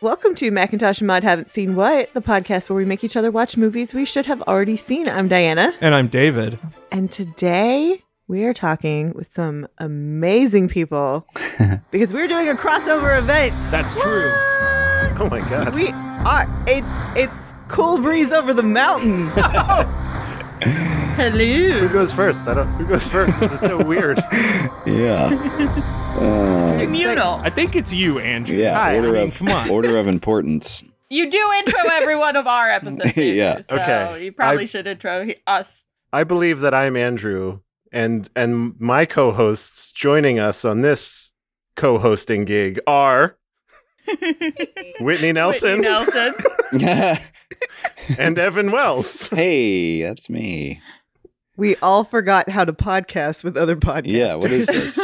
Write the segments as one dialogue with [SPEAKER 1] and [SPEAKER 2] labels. [SPEAKER 1] Welcome to Macintosh and Mod Haven't Seen What, the podcast where we make each other watch movies we should have already seen. I'm Diana.
[SPEAKER 2] And I'm David.
[SPEAKER 1] And today we are talking with some amazing people because we're doing a crossover event.
[SPEAKER 2] That's true.
[SPEAKER 3] Oh my god.
[SPEAKER 1] We are it's it's cool breeze over the mountain.
[SPEAKER 3] Who
[SPEAKER 1] Hello.
[SPEAKER 3] goes first? I don't. Who goes first? This is so weird.
[SPEAKER 4] Yeah.
[SPEAKER 5] Communal.
[SPEAKER 2] I think it's you, Andrew.
[SPEAKER 4] Yeah.
[SPEAKER 3] Hi,
[SPEAKER 4] order
[SPEAKER 3] I mean,
[SPEAKER 4] of
[SPEAKER 2] come on.
[SPEAKER 4] order of importance.
[SPEAKER 5] You do intro every one of our episodes. Andrew,
[SPEAKER 4] Yeah.
[SPEAKER 5] So
[SPEAKER 3] Okay.
[SPEAKER 5] You probably
[SPEAKER 3] I-
[SPEAKER 5] should intro he- us.
[SPEAKER 3] I believe that I'm Andrew, and and my co-hosts joining us on this co-hosting gig are Whitney Nelson
[SPEAKER 5] Whitney Nelson.
[SPEAKER 4] hey,
[SPEAKER 3] and Evan Wells.
[SPEAKER 4] that's me.
[SPEAKER 1] We all forgot how to podcast with other podcasters.
[SPEAKER 4] Yeah, what is this?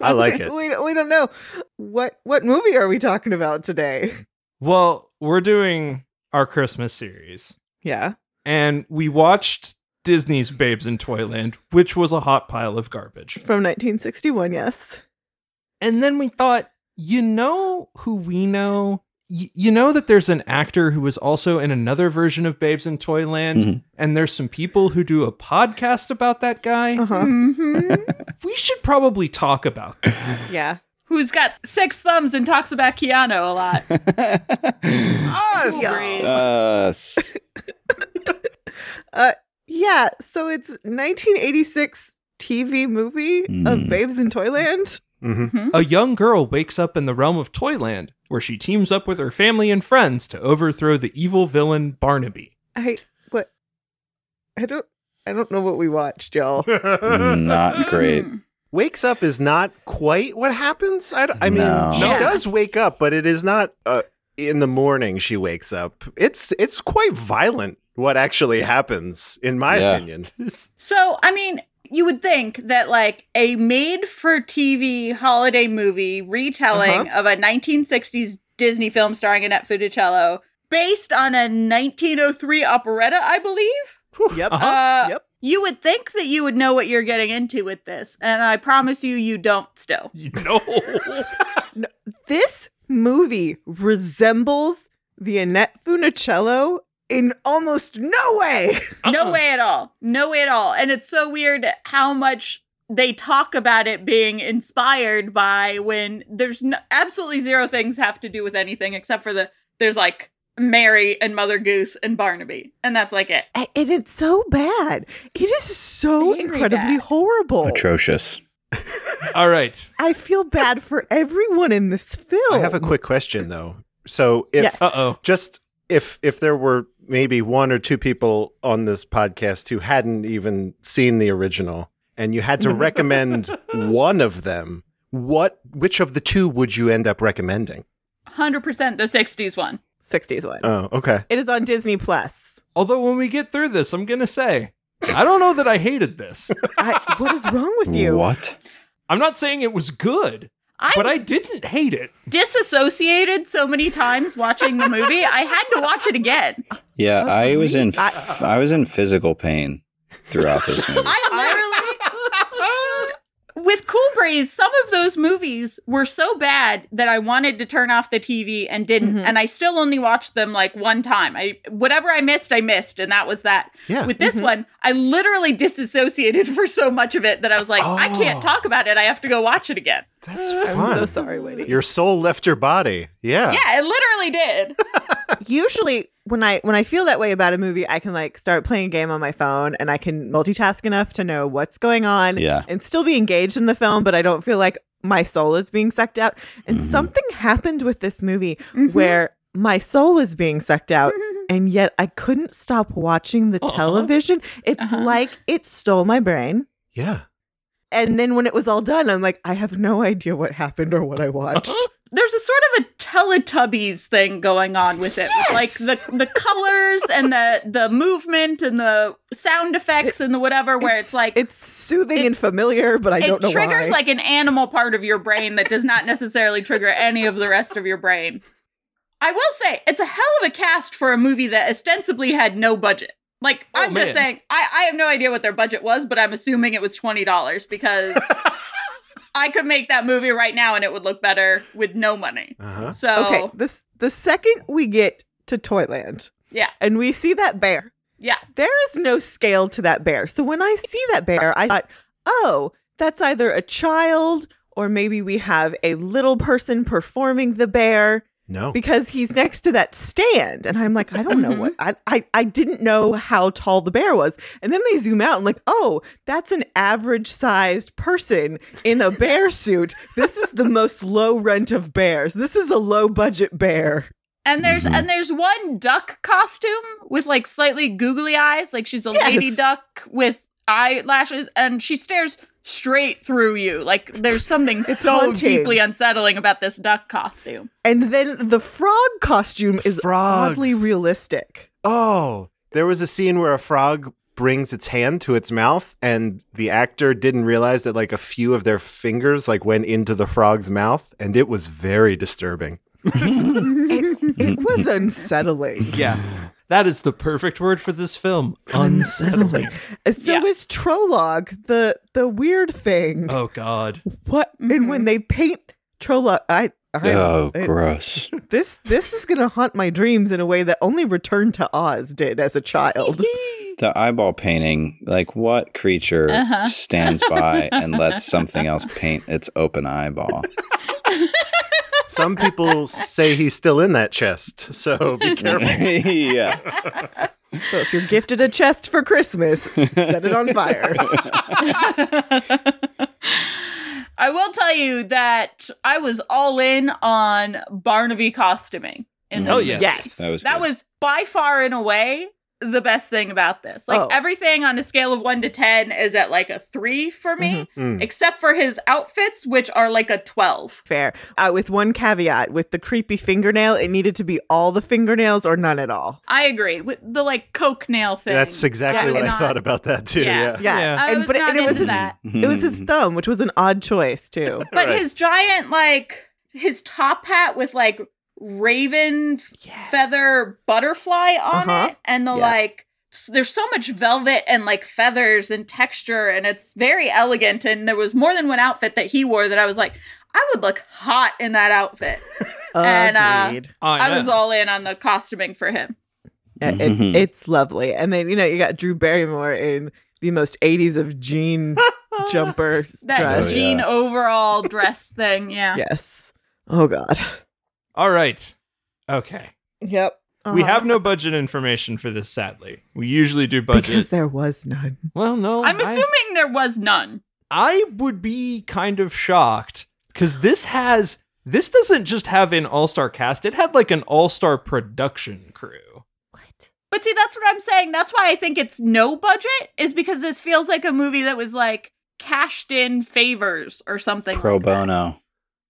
[SPEAKER 3] I like it.
[SPEAKER 1] We, we don't know what what movie are we talking about today?
[SPEAKER 2] Well, we're doing our Christmas series,
[SPEAKER 1] Yeah.
[SPEAKER 2] and we watched Disney's Babes in Toyland, which was a hot pile of garbage.
[SPEAKER 1] From 1961, yes.
[SPEAKER 2] And then we thought, you know who we know? Y- you know that there's an actor who was also in another version of Babes in Toyland,
[SPEAKER 4] Mhm.
[SPEAKER 2] and there's some people who do a podcast about that guy.
[SPEAKER 1] Uh-huh.
[SPEAKER 5] Mhm.
[SPEAKER 2] We should probably talk about that.
[SPEAKER 1] Yeah.
[SPEAKER 5] Who's got six thumbs and talks about Keanu a lot.
[SPEAKER 3] Us.
[SPEAKER 1] Yes.
[SPEAKER 4] Uh, Us.
[SPEAKER 1] Yeah, so it's 1986 TV movie of
[SPEAKER 4] Hmm.
[SPEAKER 1] Babes in Toyland.
[SPEAKER 3] hmm
[SPEAKER 2] A young girl wakes up in the realm of Toyland, where she teams up with her family and friends to overthrow the evil villain Barnaby.
[SPEAKER 1] I what I don't I don't know what we watched, y'all.
[SPEAKER 4] Not great.
[SPEAKER 5] Mm.
[SPEAKER 3] Wakes up is not quite what happens. I, d- I mean,
[SPEAKER 4] No.
[SPEAKER 3] she
[SPEAKER 2] No.
[SPEAKER 3] does wake up, but it is not uh, in the morning. She wakes up. It's it's quite violent. What actually happens, in my
[SPEAKER 4] Yeah.
[SPEAKER 3] opinion.
[SPEAKER 5] So, I mean, you would think that like a made for TV holiday movie retelling of a 1960s Disney film starring Annette Funicello based on a 1903 operetta, I believe.
[SPEAKER 1] Yep.
[SPEAKER 2] Uh-huh.
[SPEAKER 5] Uh,
[SPEAKER 1] Yep.
[SPEAKER 5] You would think that you would know what you're getting into with this, and I promise you, you don't still.
[SPEAKER 2] You know,
[SPEAKER 1] This movie resembles the Annette Funicello in almost no way.
[SPEAKER 2] Uh-uh.
[SPEAKER 5] No way at all. No way at all. And it's so weird how much they talk about it being inspired by when there's no, absolutely zero things have to do with anything except for the there's like Mary and Mother Goose and Barnaby, and that's like it.
[SPEAKER 1] A- And it's so bad. It is so
[SPEAKER 5] Very
[SPEAKER 1] incredibly
[SPEAKER 5] bad.
[SPEAKER 1] horrible.
[SPEAKER 4] Atrocious.
[SPEAKER 2] All right.
[SPEAKER 1] I feel bad for everyone in this film.
[SPEAKER 3] I have a quick question though. So if
[SPEAKER 1] Yes.
[SPEAKER 2] Uh oh.
[SPEAKER 3] just if if there were maybe one or two people on this podcast who hadn't even seen the original and you had to recommend one of them what which of the two would you end up recommending
[SPEAKER 5] 100% the 60s one.
[SPEAKER 1] 60s one.
[SPEAKER 3] oh okay
[SPEAKER 1] it is on Disney Plus.
[SPEAKER 2] Although when we get through this, I'm gonna say I don't know that I hated this.
[SPEAKER 1] I, what is wrong with you?
[SPEAKER 4] What?
[SPEAKER 2] I'm not saying it was good,
[SPEAKER 5] I
[SPEAKER 2] but I didn't hate it.
[SPEAKER 5] disassociated so many times watching the movie, I had to watch it again.
[SPEAKER 4] Yeah, I was in
[SPEAKER 1] I-
[SPEAKER 4] f- I was in physical pain throughout this movie.
[SPEAKER 5] I literally, with Cool Breeze, some of those movies were so bad that I wanted to turn off the TV and didn't,
[SPEAKER 3] Mm-hmm.
[SPEAKER 1] Mhm.
[SPEAKER 5] and I still only watched them like one time. I whatever I missed, I missed, and that was that.
[SPEAKER 3] Yeah. Mm-hmm.
[SPEAKER 5] With this
[SPEAKER 1] Mhm.
[SPEAKER 5] one, I literally disassociated for so much of it that I was like, I
[SPEAKER 3] Oh.
[SPEAKER 5] can't talk about it. I have to go watch it again.
[SPEAKER 3] that's
[SPEAKER 1] I'm so
[SPEAKER 3] fun
[SPEAKER 1] sorry, Whitney.
[SPEAKER 3] your soul left your body yeah,
[SPEAKER 5] Yeah, it literally did.
[SPEAKER 1] usually when I when I feel that way about a movie, I can like start playing a game on my phone and I can multitask enough to know what's going on
[SPEAKER 4] Yeah.
[SPEAKER 1] and still be engaged in the film, but I don't feel like my soul is being sucked out. And
[SPEAKER 4] Mhm.
[SPEAKER 1] something happened with this movie
[SPEAKER 5] Mm-hmm.
[SPEAKER 1] where my soul was being sucked out and yet I couldn't stop watching the
[SPEAKER 2] Uh-huh.
[SPEAKER 1] television. It's
[SPEAKER 5] Uh-huh.
[SPEAKER 1] like it stole my brain.
[SPEAKER 3] yeah.
[SPEAKER 1] And then when it was all done, I'm like, I have no idea what happened or what I watched.
[SPEAKER 5] there's a sort of a Teletubbies thing going on with it, with,
[SPEAKER 1] Yes!
[SPEAKER 5] like the the colors and the the movement and the sound effects and the whatever, where it's, like
[SPEAKER 1] it's soothing
[SPEAKER 5] it-
[SPEAKER 1] and familiar, but I
[SPEAKER 5] it
[SPEAKER 1] don't know
[SPEAKER 5] triggers
[SPEAKER 1] why.
[SPEAKER 5] like an animal part of your brain that does not necessarily trigger any of the rest of your brain. I will say it's a hell of a cast for a movie that ostensibly had no budget. Like
[SPEAKER 2] Oh,
[SPEAKER 5] I'm just
[SPEAKER 2] man.
[SPEAKER 5] saying, I, I have no idea what their budget was, but I'm assuming it was twenty dollars because I could make that movie right now and it would look better with no money.
[SPEAKER 3] Uh-huh.
[SPEAKER 5] So
[SPEAKER 1] Okay, this the second we get to Toyland,
[SPEAKER 5] Yeah.
[SPEAKER 1] and we see that bear.
[SPEAKER 5] Yeah.
[SPEAKER 1] there is no scale to that bear. So when I see that bear, I thought, oh, that's either a child or maybe we have a little person performing the bear
[SPEAKER 3] No.
[SPEAKER 1] because he's next to that stand. And I'm like, I don't know what I, I I didn't know how tall the bear was. And then they zoom out and like, oh, that's an average sized person in a bear suit. This is the most low rent of bears. This is a low budget bear.
[SPEAKER 5] and there's
[SPEAKER 1] Mm-hmm.
[SPEAKER 4] Mhm.
[SPEAKER 5] and there's one duck costume with like slightly googly eyes, like she's a
[SPEAKER 1] Yes.
[SPEAKER 5] lady duck with eyelashes and she stares straight through you. Like there's something so
[SPEAKER 1] haunting.
[SPEAKER 5] deeply unsettling about this duck costume.
[SPEAKER 1] And then the frog costume is oddly
[SPEAKER 3] Frogs.
[SPEAKER 1] realistic.
[SPEAKER 3] Oh, there was a scene where a frog brings its hand to its mouth, and the actor didn't realize that like a few of their fingers like went into the frog's mouth, and it was very disturbing.
[SPEAKER 1] it, it was unsettling.
[SPEAKER 2] Yeah. That is the perfect word for this film. Unsettling.
[SPEAKER 1] And So
[SPEAKER 5] Yeah.
[SPEAKER 1] is Trolog the the weird thing.
[SPEAKER 2] oh God.
[SPEAKER 1] what and when they paint Trolog I, I
[SPEAKER 4] oh,
[SPEAKER 1] it's-
[SPEAKER 4] gross.
[SPEAKER 1] This this is gonna haunt my dreams in a way that only Return to Oz did as a child.
[SPEAKER 4] The eyeball painting, like what creature
[SPEAKER 5] Uh-huh.
[SPEAKER 4] stands by and lets something else paint its open eyeball?
[SPEAKER 3] Some people say he's still in that chest, so be careful.
[SPEAKER 4] yeah.
[SPEAKER 1] so if you're gifted a chest for Christmas, set it on fire.
[SPEAKER 5] I will tell you that I was all in on Barnaby costuming. In this
[SPEAKER 2] Oh,
[SPEAKER 5] movie.
[SPEAKER 2] yes.
[SPEAKER 1] Yes.
[SPEAKER 4] That was
[SPEAKER 5] that
[SPEAKER 4] good.
[SPEAKER 5] was by far and away the best thing about this. Like
[SPEAKER 1] Oh.
[SPEAKER 5] everything on a scale of one to ten is at like a three for me,
[SPEAKER 1] Mm-hmm.
[SPEAKER 3] Mm.
[SPEAKER 5] except for his outfits, which are like a twelve.
[SPEAKER 1] Fair. Uh, with one caveat, with the creepy fingernail, it needed to be all the fingernails or none at all.
[SPEAKER 5] I agree with the like coke nail thing.
[SPEAKER 3] That's exactly
[SPEAKER 1] Yeah,
[SPEAKER 3] what
[SPEAKER 5] it's
[SPEAKER 3] I
[SPEAKER 5] not-
[SPEAKER 3] thought about that too.
[SPEAKER 5] Yeah.
[SPEAKER 3] Yeah.
[SPEAKER 1] Yeah.
[SPEAKER 2] Yeah.
[SPEAKER 5] I
[SPEAKER 1] And
[SPEAKER 5] was
[SPEAKER 1] but it,
[SPEAKER 5] not
[SPEAKER 1] and it was
[SPEAKER 5] into
[SPEAKER 1] his
[SPEAKER 5] that.
[SPEAKER 1] it was his
[SPEAKER 4] Hmm.
[SPEAKER 1] thumb, which was an odd choice too.
[SPEAKER 5] But
[SPEAKER 3] Right.
[SPEAKER 5] his giant like his top hat with like raven
[SPEAKER 1] Yes.
[SPEAKER 5] feather butterfly on
[SPEAKER 1] Uh-huh.
[SPEAKER 5] it and the
[SPEAKER 4] Yeah.
[SPEAKER 5] like s- there's so much velvet and like feathers and texture and it's very elegant and there was more than one outfit that he wore that I was like I would look hot in that outfit. And, uh,
[SPEAKER 1] Agreed.
[SPEAKER 5] I was
[SPEAKER 2] know.
[SPEAKER 5] all in on the costuming for him.
[SPEAKER 1] Uh,
[SPEAKER 4] Mhm.
[SPEAKER 1] It, it's lovely. And then, you know, you got Drew Barrymore in the most 80s of jean jumper
[SPEAKER 5] That
[SPEAKER 1] dress.
[SPEAKER 4] Oh, yeah.
[SPEAKER 5] jean overall dress thing, yeah.
[SPEAKER 1] Yes. Oh, God.
[SPEAKER 2] all right. Okay.
[SPEAKER 1] Yep.
[SPEAKER 2] We have no budget information for this, sadly. We usually do budget.
[SPEAKER 1] Because there was none.
[SPEAKER 2] well, no.
[SPEAKER 5] I'm
[SPEAKER 2] I-
[SPEAKER 5] assuming there was none.
[SPEAKER 2] I would be kind of shocked because this has this doesn't just have an all star cast; it had like an all star production crew.
[SPEAKER 5] But see, that's what I'm saying. That's why I think it's no budget, is because this feels like a movie that was like cashed in favors or something.
[SPEAKER 4] pro bono.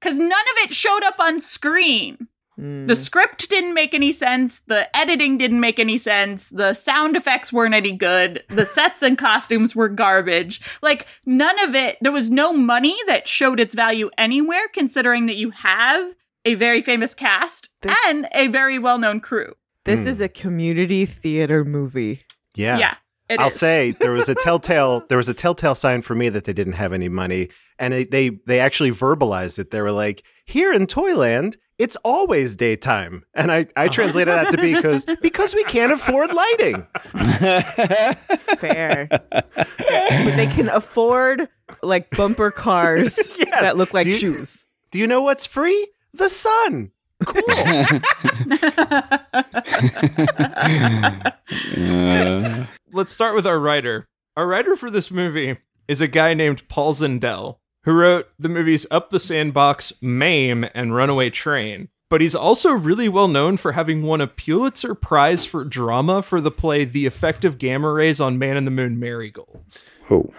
[SPEAKER 5] Because none of it showed up on screen.
[SPEAKER 1] Mm.
[SPEAKER 5] The script didn't make any sense. The editing didn't make any sense. The sound effects weren't any good. The sets and costumes were garbage. Like, none of it, there was no money that showed its value anywhere, considering that you have a very famous cast
[SPEAKER 1] This-
[SPEAKER 5] and a very well known crew.
[SPEAKER 1] this
[SPEAKER 3] Hmm.
[SPEAKER 1] is a community theater movie.
[SPEAKER 3] Yeah.
[SPEAKER 5] Yeah. it
[SPEAKER 3] I'll
[SPEAKER 5] is.
[SPEAKER 3] say there was a telltale there was a telltale sign for me that they didn't have any money, and it, they they actually verbalized it. They were like, "Here in Toyland, it's always daytime," and I
[SPEAKER 1] Uh-huh.
[SPEAKER 3] I translated that to be because because we can't afford lighting.
[SPEAKER 1] Fair. but they can afford like bumper cars
[SPEAKER 3] Yes.
[SPEAKER 1] that look like
[SPEAKER 3] Do you-
[SPEAKER 1] shoes.
[SPEAKER 3] Do you know what's free? The sun. Cool.
[SPEAKER 4] Uh,
[SPEAKER 2] Let's start with our writer. Our writer for this movie is a guy named Paul Zindel, who wrote the movies Up the Sandbox, Mame, and Runaway Train. But he's also really well known for having won a Pulitzer Prize for drama for the play The Effect of Gamma Rays on Man in the Moon Marigolds.
[SPEAKER 4] oh.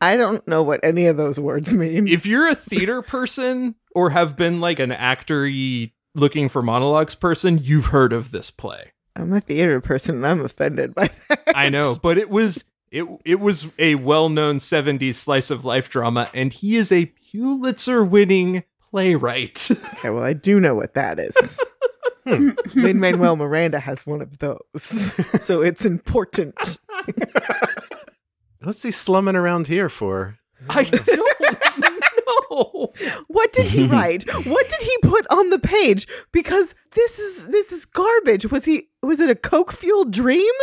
[SPEAKER 1] I don't know what any of those words mean.
[SPEAKER 2] if you're a theater person or have been like an actory looking for monologues person, you've heard of this play.
[SPEAKER 1] I'm a theater person and I'm offended by that.
[SPEAKER 2] I know, but it was it it was a well-known 70s slice of life drama and he is a Pulitzer winning playwright.
[SPEAKER 1] Okay, well, I do know what that is.
[SPEAKER 2] Hmm.
[SPEAKER 1] Lin Manuel Miranda has one of those, so it's important.
[SPEAKER 3] What's he slumming around here for?
[SPEAKER 2] I don't no.
[SPEAKER 1] What did he write? what did he put on the page? Because this is this is garbage. Was he was it a coke fueled dream?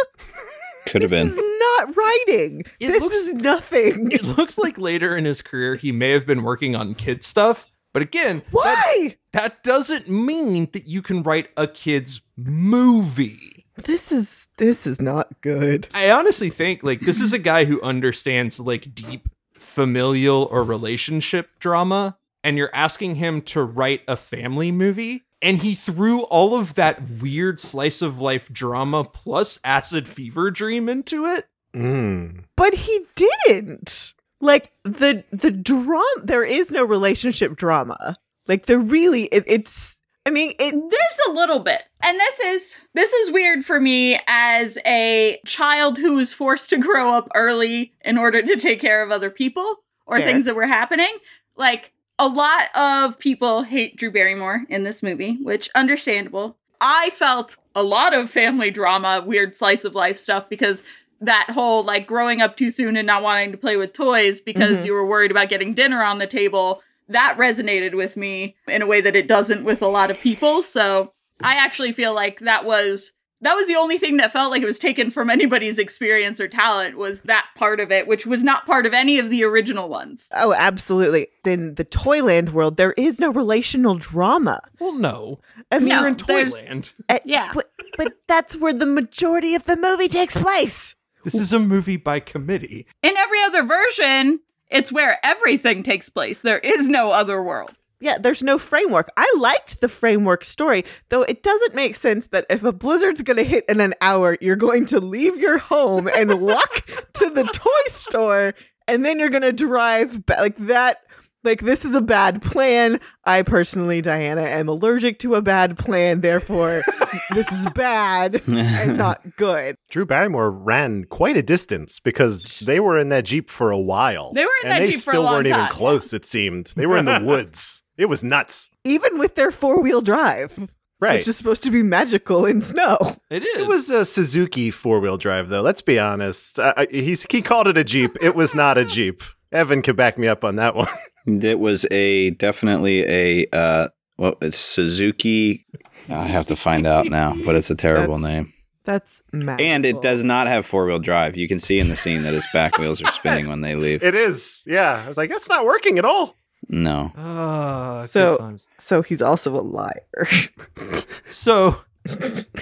[SPEAKER 4] Could have
[SPEAKER 1] This
[SPEAKER 4] been.
[SPEAKER 1] is not writing.
[SPEAKER 2] It
[SPEAKER 1] this
[SPEAKER 2] looks-
[SPEAKER 1] is nothing.
[SPEAKER 2] It looks like later in his career he may have been working on kid stuff, but again, that,
[SPEAKER 1] Why?
[SPEAKER 2] that doesn't mean that you can write a kid's movie.
[SPEAKER 1] This is this is not good.
[SPEAKER 2] I honestly think like this is a guy who understands like deep familial or relationship drama and you're asking him to write a family movie and he threw all of that weird slice of life drama plus acid fever dream into it.
[SPEAKER 3] Mm.
[SPEAKER 1] But he didn't. Like the the drama there is no relationship drama. Like there really it, it's I mean it
[SPEAKER 5] There's a little bit. And this is this is weird for me as a child who was forced to grow up early in order to take care of other people or
[SPEAKER 1] Fair.
[SPEAKER 5] things that were happening. Like a lot of people hate Drew Barrymore in this movie, which understandable. I felt a lot of family drama, weird slice of life stuff because that whole like growing up too soon and not wanting to play with toys because
[SPEAKER 1] Mhm.
[SPEAKER 5] you were worried about getting dinner on the table that resonated with me in a way that it doesn't with a lot of people. So I actually feel like that was that was the only thing that felt like it was taken from anybody's experience or talent was that part of it, which was not part of any of the original ones.
[SPEAKER 1] Oh, absolutely. In the Toyland world, there is no relational drama.
[SPEAKER 2] Well, no.
[SPEAKER 1] I mean,
[SPEAKER 5] No,
[SPEAKER 2] you're in
[SPEAKER 5] there's-
[SPEAKER 2] Toyland.
[SPEAKER 5] Yeah.
[SPEAKER 1] but, but that's where the majority of the movie takes place.
[SPEAKER 2] This is a movie by committee.
[SPEAKER 5] In every other version, it's where everything takes place. There is no other world.
[SPEAKER 1] Yeah, there's no framework. I liked the framework story, though it doesn't make sense that if a blizzard's going to hit in an hour, you're going to leave your home and walk to the toy store and then you're going to drive back. Like that, like this is a bad plan. I personally, Diana, am allergic to a bad plan. Therefore, this is bad and not good.
[SPEAKER 3] Drew Barrymore ran quite a distance because they were in that jeep for a while.
[SPEAKER 5] They were in
[SPEAKER 3] and
[SPEAKER 5] that
[SPEAKER 3] they
[SPEAKER 5] Jeep for a
[SPEAKER 3] still
[SPEAKER 5] long
[SPEAKER 3] weren't even
[SPEAKER 5] time.
[SPEAKER 3] close. It seemed they were in the woods. It was nuts.
[SPEAKER 1] even with their four wheel drive,
[SPEAKER 3] Right.
[SPEAKER 1] which is supposed to be magical in snow.
[SPEAKER 2] It is.
[SPEAKER 3] It was a Suzuki four wheel drive, though. Let's be honest. Uh, I- he's, he called it a Jeep. It was not a Jeep. Evan could back me up on that one.
[SPEAKER 4] It was a definitely a uh well it's Suzuki I have to find out now, but it's a terrible
[SPEAKER 1] That's-
[SPEAKER 4] name.
[SPEAKER 1] That's magical.
[SPEAKER 4] And it does not have four wheel drive. You can see in the scene that his back wheels are spinning when they leave.
[SPEAKER 3] It is. Yeah. I was like, that's not working at all.
[SPEAKER 4] No.
[SPEAKER 2] Ah, good
[SPEAKER 1] So-
[SPEAKER 2] times.
[SPEAKER 1] So he's also a liar.
[SPEAKER 2] so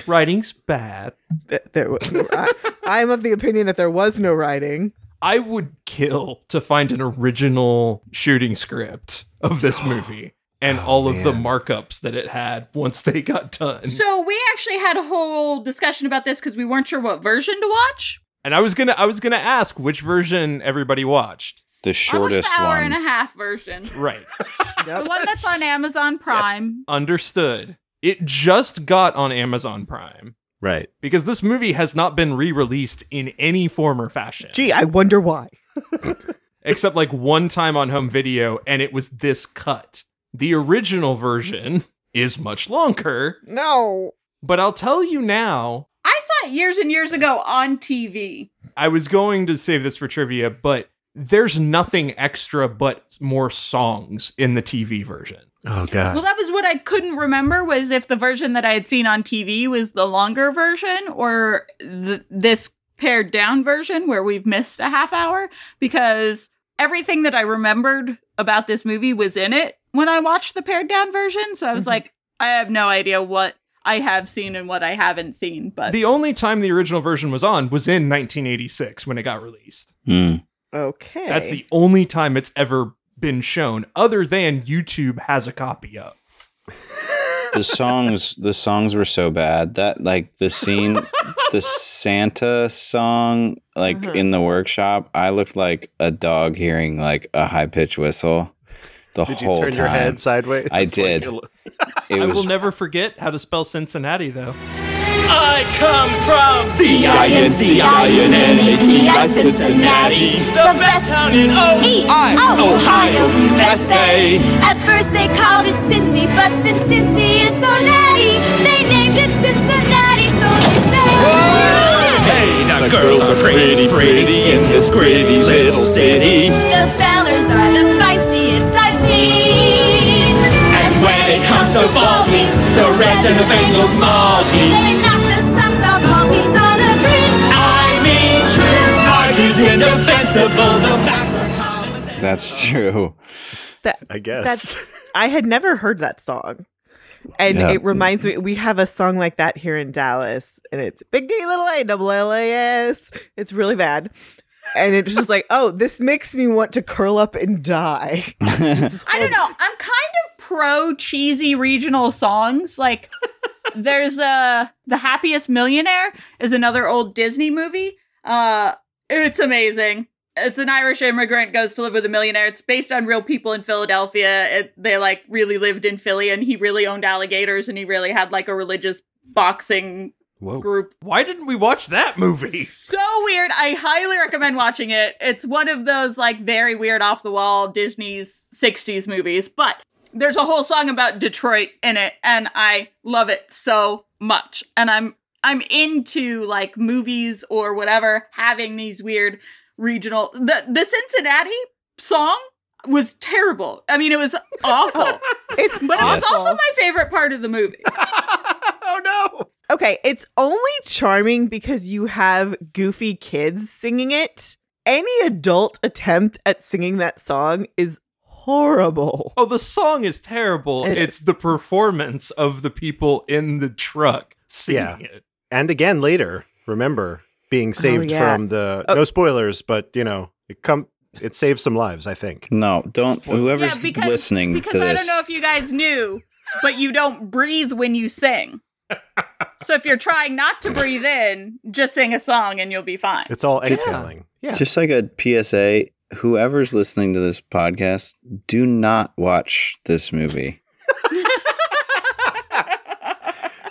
[SPEAKER 2] writing's bad.
[SPEAKER 1] Th- there, wa- I, I'm of the opinion that there was no writing.
[SPEAKER 2] I would kill to find an original shooting script of this movie and all of the markups that it had once they got done.
[SPEAKER 5] So we actually had a whole discussion about this because we weren't sure what version to watch.
[SPEAKER 2] and I was gonna I was gonna ask which version everybody watched.
[SPEAKER 4] The
[SPEAKER 5] I
[SPEAKER 4] shortest
[SPEAKER 5] watched the hour and
[SPEAKER 4] one.
[SPEAKER 5] a half version.
[SPEAKER 2] Right.
[SPEAKER 5] The one that's on Amazon Prime.
[SPEAKER 2] Understood. It just got on Amazon Prime
[SPEAKER 3] Right.
[SPEAKER 2] because this movie has not been re-released in any form or fashion.
[SPEAKER 1] Gee, I wonder why.
[SPEAKER 2] except like one time on home video and it was this cut. The original version is much longer,
[SPEAKER 1] No.
[SPEAKER 2] but I'll tell you now,
[SPEAKER 5] I saw it years and years ago on TV.
[SPEAKER 2] I was going to save this for trivia, but there's nothing extra but more songs in the TV version.
[SPEAKER 3] Oh, God.
[SPEAKER 5] Well, that was what I couldn't remember was if the version that I had seen on TV was the longer version or th- this pared down version where we've missed a half hour because everything that I remembered about this movie was in it when I watched the pared down version. So I was
[SPEAKER 1] Mhm.
[SPEAKER 5] like, I have no idea what I have seen and what I haven't seen, but
[SPEAKER 2] The only time the original version was on was in 1986 when it got released.
[SPEAKER 4] Mm.
[SPEAKER 1] Okay.
[SPEAKER 2] That's the only time it's ever been shown other than YouTube has a copy of.
[SPEAKER 4] The songs the songs were so bad. That like the scene the Santa song like
[SPEAKER 1] Uh-huh.
[SPEAKER 4] in the workshop, I looked like a dog hearing like a high pitch whistle the
[SPEAKER 3] Did you
[SPEAKER 4] whole
[SPEAKER 3] turn
[SPEAKER 4] time.
[SPEAKER 3] your head sideways?
[SPEAKER 4] I
[SPEAKER 3] It's
[SPEAKER 4] did.
[SPEAKER 3] Like,
[SPEAKER 4] It
[SPEAKER 2] I
[SPEAKER 4] was
[SPEAKER 2] will never forget how to spell Cincinnati though.
[SPEAKER 6] I come from C-I-N-C-I-N-N-A-T-I, Cincinnati, the best town in
[SPEAKER 7] E
[SPEAKER 6] O-I,
[SPEAKER 7] O
[SPEAKER 6] Ohio, USA.
[SPEAKER 7] At first they called it Cincy, but since Cincy is so natty, they named it Cincinnati. So they say.
[SPEAKER 6] Hey, the girls are pretty, pretty in this gritty little city.
[SPEAKER 7] The fellers are the feistiest I've Bears
[SPEAKER 6] and the Bengals Maltese.
[SPEAKER 7] They knock the socks off Maltese on the green.
[SPEAKER 6] I mean, true heart is indefensible. The facts are common sense.
[SPEAKER 4] That's true.
[SPEAKER 1] That
[SPEAKER 3] I guess.
[SPEAKER 1] That's I had never heard that song. And
[SPEAKER 4] Yeah.
[SPEAKER 1] it reminds me we have a song like that here in Dallas and it's big D little A double L A S. It's really bad. And it's just like, oh, this makes me want to curl up and die. This is
[SPEAKER 5] I don't know. I'm kind of pro cheesy regional songs. Like there's uh The Happiest Millionaire is another old Disney movie. Uh it's amazing. It's an Irish immigrant goes to live with a millionaire. It's based on real people in Philadelphia. It, they like really lived in Philly and he really owned alligators and he really had like a religious boxing group
[SPEAKER 2] Why didn't we watch that movie?
[SPEAKER 5] so weird. I highly recommend watching it. It's one of those like very weird off the wall Disney's 60s movies, but there's a whole song about Detroit in it and I love it so much. And I'm I'm into like movies or whatever having these weird regional the the Cincinnati song was terrible. I mean, it was awful.
[SPEAKER 1] It's
[SPEAKER 5] But it was
[SPEAKER 1] awful.
[SPEAKER 5] also my favorite part of the movie.
[SPEAKER 3] Oh,
[SPEAKER 1] Okay, it's only charming because you have goofy kids singing it. Any adult attempt at singing that song is horrible.
[SPEAKER 2] Oh, the song is terrible.
[SPEAKER 1] It
[SPEAKER 2] it's
[SPEAKER 1] is.
[SPEAKER 2] the performance of the people in the truck singing
[SPEAKER 3] Yeah.
[SPEAKER 2] it.
[SPEAKER 3] and again later, remember being saved
[SPEAKER 1] Oh, yeah.
[SPEAKER 3] from the
[SPEAKER 1] Oh.
[SPEAKER 3] no spoilers, but you know, it come it saved some lives, I think.
[SPEAKER 4] No, don't. Whoever's listening
[SPEAKER 5] because
[SPEAKER 4] to
[SPEAKER 5] I
[SPEAKER 4] this,
[SPEAKER 5] don't know if you guys knew, but you don't breathe when you sing. So if you're trying not to breathe in, just sing a song and you'll be fine.
[SPEAKER 3] It's all exhaling. Yeah.
[SPEAKER 4] just like a PSA, whoever's listening to this podcast, do not watch this movie.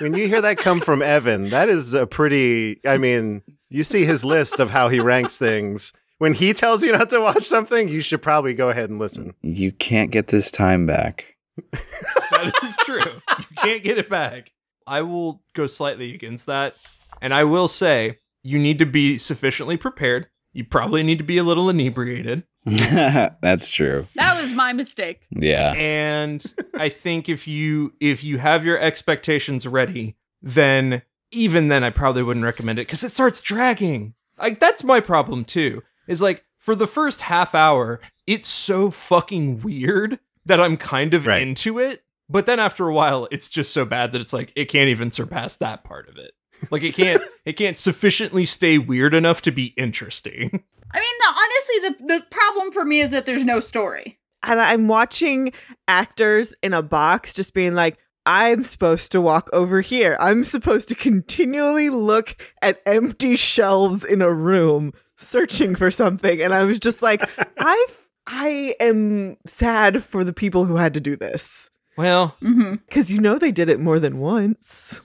[SPEAKER 3] when you hear that come from Evan, that is a pretty I mean, you see his list of how he ranks things. When he tells you not to watch something, you should probably go ahead and listen.
[SPEAKER 4] You can't get this time back.
[SPEAKER 2] that is true. You can't get it back. I will go slightly against that. And I will say you need to be sufficiently prepared. You probably need to be a little inebriated.
[SPEAKER 4] That's true.
[SPEAKER 5] That was my mistake.
[SPEAKER 4] Yeah.
[SPEAKER 2] And I think if you if you have your expectations ready, then even then I probably wouldn't recommend it cuz it starts dragging. Like that's my problem too. Is like for the first half hour, it's so fucking weird that I'm kind of
[SPEAKER 3] Right.
[SPEAKER 2] into it, but then after a while it's just so bad that it's like it can't even surpass that part of it. Like it can't it can't sufficiently stay weird enough to be interesting.
[SPEAKER 5] I mean, no, honestly, the, the problem for me is that there's no story.
[SPEAKER 1] and I'm watching actors in a box just being like, I'm supposed to walk over here. I'm supposed to continually look at empty shelves in a room searching for something. And I was just like, I I am sad for the people who had to do this.
[SPEAKER 2] Well,
[SPEAKER 5] Mm-hmm.
[SPEAKER 1] Cause you know they did it more than once.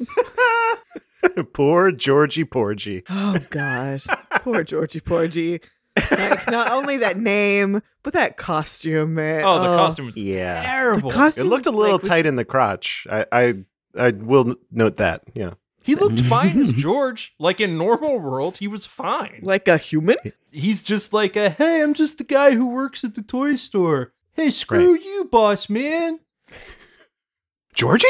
[SPEAKER 3] Poor Georgie Porgy.
[SPEAKER 1] Oh gosh. poor Georgie Porgy. Like, not only that name, but that costume, man.
[SPEAKER 2] oh, the costume was
[SPEAKER 3] Yeah.
[SPEAKER 2] terrible.
[SPEAKER 3] It
[SPEAKER 1] costume
[SPEAKER 3] looked a
[SPEAKER 1] was,
[SPEAKER 3] little
[SPEAKER 1] like,
[SPEAKER 3] tight in the crotch. I, I I will n- note that. Yeah.
[SPEAKER 2] He looked fine as George. Like in normal world, he was fine.
[SPEAKER 1] like a human.
[SPEAKER 2] He's just like a hey, I'm just the guy who works at the toy store. Hey, screw you, boss man.
[SPEAKER 3] Georgie?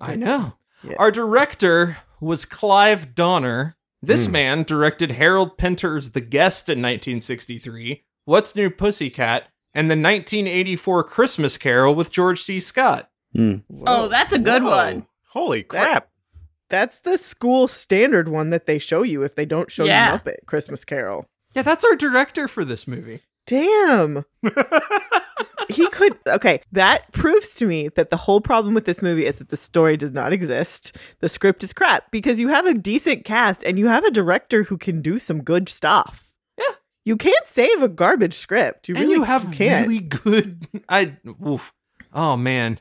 [SPEAKER 2] I know.
[SPEAKER 1] Yeah.
[SPEAKER 2] Our director was Clive Donner. This man directed Harold Pinter's The Guest in 1963, What's New Pussycat, and the 1984 Christmas Carol with George C. Scott.
[SPEAKER 4] Mm.
[SPEAKER 5] Oh, that's a good
[SPEAKER 3] Whoa.
[SPEAKER 5] one.
[SPEAKER 3] Holy crap.
[SPEAKER 1] That's the school standard one that they show you if they don't show
[SPEAKER 5] Yeah.
[SPEAKER 1] you Muppet Christmas Carol.
[SPEAKER 2] Yeah, that's our director for this movie.
[SPEAKER 1] Damn. he could okay, that proves to me that the whole problem with this movie is that the story does not exist. The script is crap because you have a decent cast and you have a director who can do some good stuff.
[SPEAKER 2] Yeah.
[SPEAKER 1] You can't save a garbage script. You
[SPEAKER 2] and
[SPEAKER 1] really
[SPEAKER 2] you have
[SPEAKER 1] can't.
[SPEAKER 2] really good I oof. Oh man.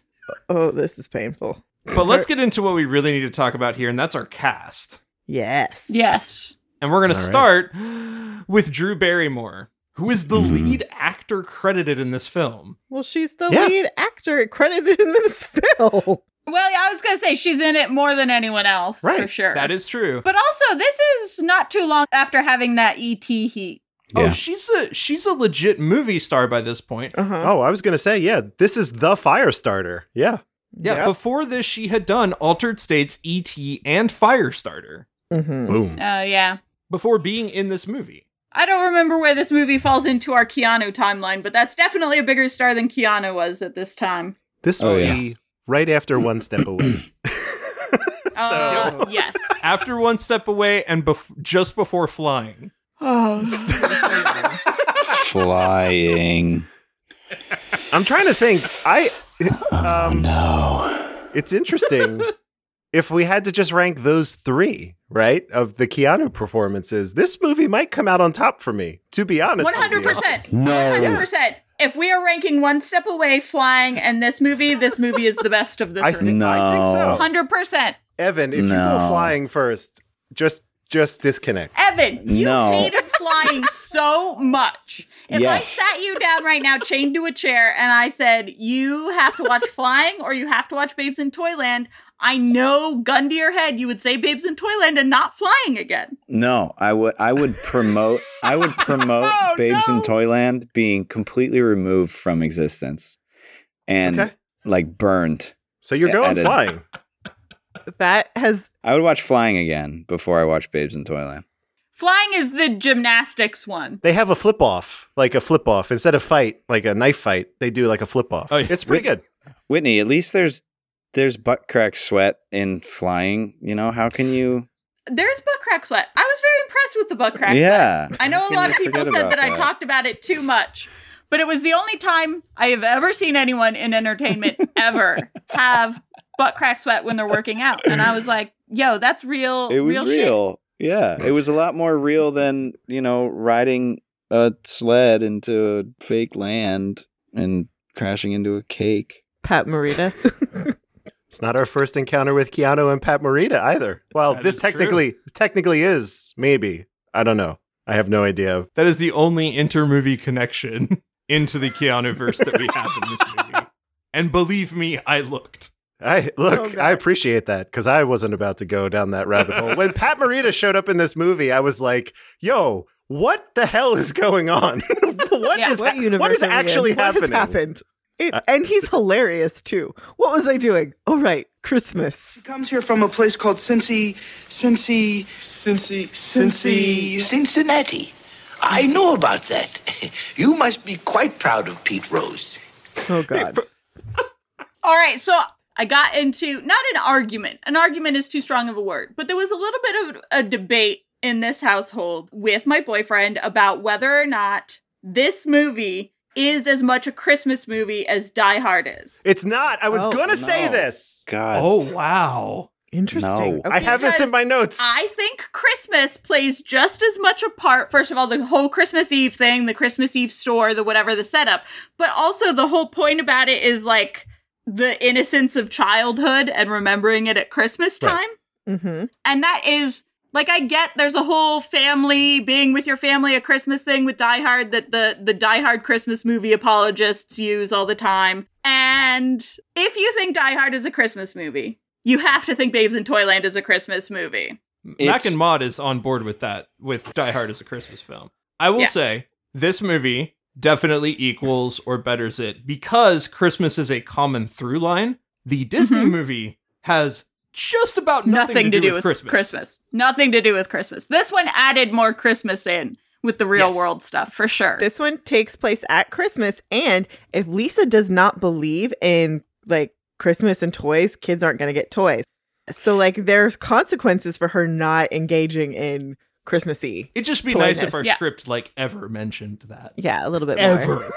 [SPEAKER 1] Oh, this is painful.
[SPEAKER 2] But let's get into what we really need to talk about here, and that's our cast.
[SPEAKER 1] Yes.
[SPEAKER 5] Yes.
[SPEAKER 2] And we're going to
[SPEAKER 3] All right.
[SPEAKER 2] start with Drew Barrymore, who is the lead actor credited in this film.
[SPEAKER 1] Well, she's the
[SPEAKER 3] Yeah.
[SPEAKER 1] lead actor credited in this film.
[SPEAKER 5] Well, yeah, I was going to say she's in it more than anyone else, for
[SPEAKER 3] Right.
[SPEAKER 5] sure.
[SPEAKER 2] That is true.
[SPEAKER 5] But also, this is not too long after having that ET heat.
[SPEAKER 2] Oh,
[SPEAKER 4] Yeah.
[SPEAKER 2] she's a she's a legit movie star by this point.
[SPEAKER 1] Uh-huh.
[SPEAKER 3] Oh, I was gonna say, yeah, this is the fire starter. Yeah.
[SPEAKER 2] Yeah,
[SPEAKER 1] Yep.
[SPEAKER 2] before this, she had done Altered States, E.T., and Firestarter
[SPEAKER 1] Mhm.
[SPEAKER 3] Boom.
[SPEAKER 5] Oh, yeah.
[SPEAKER 2] before being in this movie.
[SPEAKER 5] I don't remember where this movie falls into our Keanu timeline, but that's definitely a bigger star than Keanu was at this time.
[SPEAKER 3] This
[SPEAKER 4] Oh,
[SPEAKER 3] will
[SPEAKER 4] yeah.
[SPEAKER 3] be right after One Step Away.
[SPEAKER 5] Uh, yes.
[SPEAKER 2] After One Step Away and bef- just before Flying.
[SPEAKER 4] Flying.
[SPEAKER 3] I'm trying to think. I um,
[SPEAKER 4] Oh, No.
[SPEAKER 3] it's interesting if we had to just rank those three, right? Of the Keanu performances, this movie might come out on top for me. To be honest,
[SPEAKER 5] One
[SPEAKER 3] with you.
[SPEAKER 5] hundred percent.
[SPEAKER 4] No.
[SPEAKER 5] One hundred percent. If we are ranking one step away, flying, and this movie, this movie is the best of the
[SPEAKER 3] I
[SPEAKER 5] three.
[SPEAKER 3] think, I think
[SPEAKER 4] No.
[SPEAKER 3] so.
[SPEAKER 5] Hundred percent.
[SPEAKER 3] Evan, if you go
[SPEAKER 4] No.
[SPEAKER 3] flying first, just just disconnect.
[SPEAKER 5] Evan, you
[SPEAKER 4] No.
[SPEAKER 5] hated flying so much. If I
[SPEAKER 4] Yes.
[SPEAKER 5] sat you down right now, chained to a chair, and I said, You have to watch Flying or you have to watch Babes in Toyland, I know, gun to your head, you would say Babes in Toyland and not Flying again.
[SPEAKER 4] No, I would I would promote I would promote Babes in Toyland being completely removed from existence and
[SPEAKER 3] Okay.
[SPEAKER 4] like burned.
[SPEAKER 3] So you're
[SPEAKER 4] Yeah,
[SPEAKER 3] going
[SPEAKER 4] Evan.
[SPEAKER 3] flying.
[SPEAKER 1] That has
[SPEAKER 4] I would watch Flying again before I watch Babes in Toyland.
[SPEAKER 5] Flying is the gymnastics one.
[SPEAKER 3] They have a flip off, like a flip off instead of fight, like a knife fight. They do like a flip off.
[SPEAKER 2] Oh, yeah.
[SPEAKER 3] It's pretty good.
[SPEAKER 4] Whitney, at least there's there's butt crack sweat in Flying. You know how can you?
[SPEAKER 5] There's butt crack sweat. I was very impressed with the butt crack sweat.
[SPEAKER 4] yeah,
[SPEAKER 5] I know a
[SPEAKER 4] Can
[SPEAKER 5] lot
[SPEAKER 4] you
[SPEAKER 5] of people
[SPEAKER 4] forget
[SPEAKER 5] said
[SPEAKER 4] about
[SPEAKER 5] that, I talked about it too much, but it was the only time I have ever seen anyone in entertainment ever have butt crack sweat when they're working out. And I was like, yo, that's real.
[SPEAKER 4] It was
[SPEAKER 5] real.
[SPEAKER 4] real.
[SPEAKER 5] shit.
[SPEAKER 4] Yeah, it was a lot more real than you know riding a sled into a fake land and crashing into a cake.
[SPEAKER 1] Pat Morita.
[SPEAKER 3] It's not our first encounter with Keanu and Pat Morita either. Well,
[SPEAKER 2] That
[SPEAKER 3] this
[SPEAKER 2] is true.
[SPEAKER 3] technically technically is maybe. I don't know. I have no idea.
[SPEAKER 2] That is the only inter-movie connection into the Keanu verse that we have in this movie. And believe me, I looked.
[SPEAKER 3] I look. I appreciate that because I wasn't about to go down that rabbit hole. When Pat Morita showed up in this movie, I was like, "Yo, what the hell is going on? What
[SPEAKER 5] Yeah.
[SPEAKER 3] is
[SPEAKER 1] what universe?
[SPEAKER 3] what is
[SPEAKER 1] are we in?
[SPEAKER 3] actually
[SPEAKER 1] What has
[SPEAKER 3] happening?"
[SPEAKER 1] happened? It, and he's hilarious too. What was I doing? Oh right, Christmas.
[SPEAKER 8] comes here from a place called Cincy, Cincy,
[SPEAKER 9] Cincy,
[SPEAKER 8] Cincy, Cincinnati. I know about that. You must be quite proud of Pete Rose.
[SPEAKER 1] Oh god.
[SPEAKER 5] All right, so I got into not an argument. An argument is too strong of a word, but there was a little bit of a debate in this household with my boyfriend about whether or not this movie is as much a Christmas movie as Die Hard is.
[SPEAKER 3] It's not. I was
[SPEAKER 1] Oh,
[SPEAKER 3] gonna say
[SPEAKER 4] no.
[SPEAKER 3] this.
[SPEAKER 4] God,
[SPEAKER 2] Oh, wow.
[SPEAKER 1] Interesting.
[SPEAKER 4] No.
[SPEAKER 3] I have this in
[SPEAKER 5] Because
[SPEAKER 3] my notes.
[SPEAKER 5] I think Christmas plays just as much a part, first of all, the whole Christmas Eve thing, the Christmas Eve store, the whatever the setup, but also the whole point about it is like the innocence of childhood and remembering it at Christmas time.
[SPEAKER 1] Mm-hmm.
[SPEAKER 5] And that is like I get there's a whole family being with your family a Christmas thing with Die Hard that the the Die Hard Christmas movie apologists use all the time. And if you think Die Hard is a Christmas movie, you have to think Babes in Toyland is a Christmas movie.
[SPEAKER 2] Mac
[SPEAKER 4] It's-
[SPEAKER 2] and Maud is on board with that, with Die Hard as a Christmas film. I will
[SPEAKER 5] Yeah.
[SPEAKER 2] say this movie definitely equals or betters it because Christmas is a common through line. The Disney
[SPEAKER 5] Mhm.
[SPEAKER 2] movie has just about Mm-hmm. nothing, to, do, with Christmas.
[SPEAKER 5] Nothing to do with Christmas. This one added more Christmas in with the real
[SPEAKER 2] Yes.
[SPEAKER 5] world stuff for sure.
[SPEAKER 1] This one takes place at Christmas, and if Lisa does not believe in like Christmas and toys, kids aren't going to get toys. So like, there's consequences for her not engaging in Christmassy.
[SPEAKER 2] It'd just be
[SPEAKER 1] Toyness.
[SPEAKER 2] nice if our
[SPEAKER 5] Yeah.
[SPEAKER 2] script like ever mentioned that.
[SPEAKER 1] Yeah, a little bit more.
[SPEAKER 2] Ever.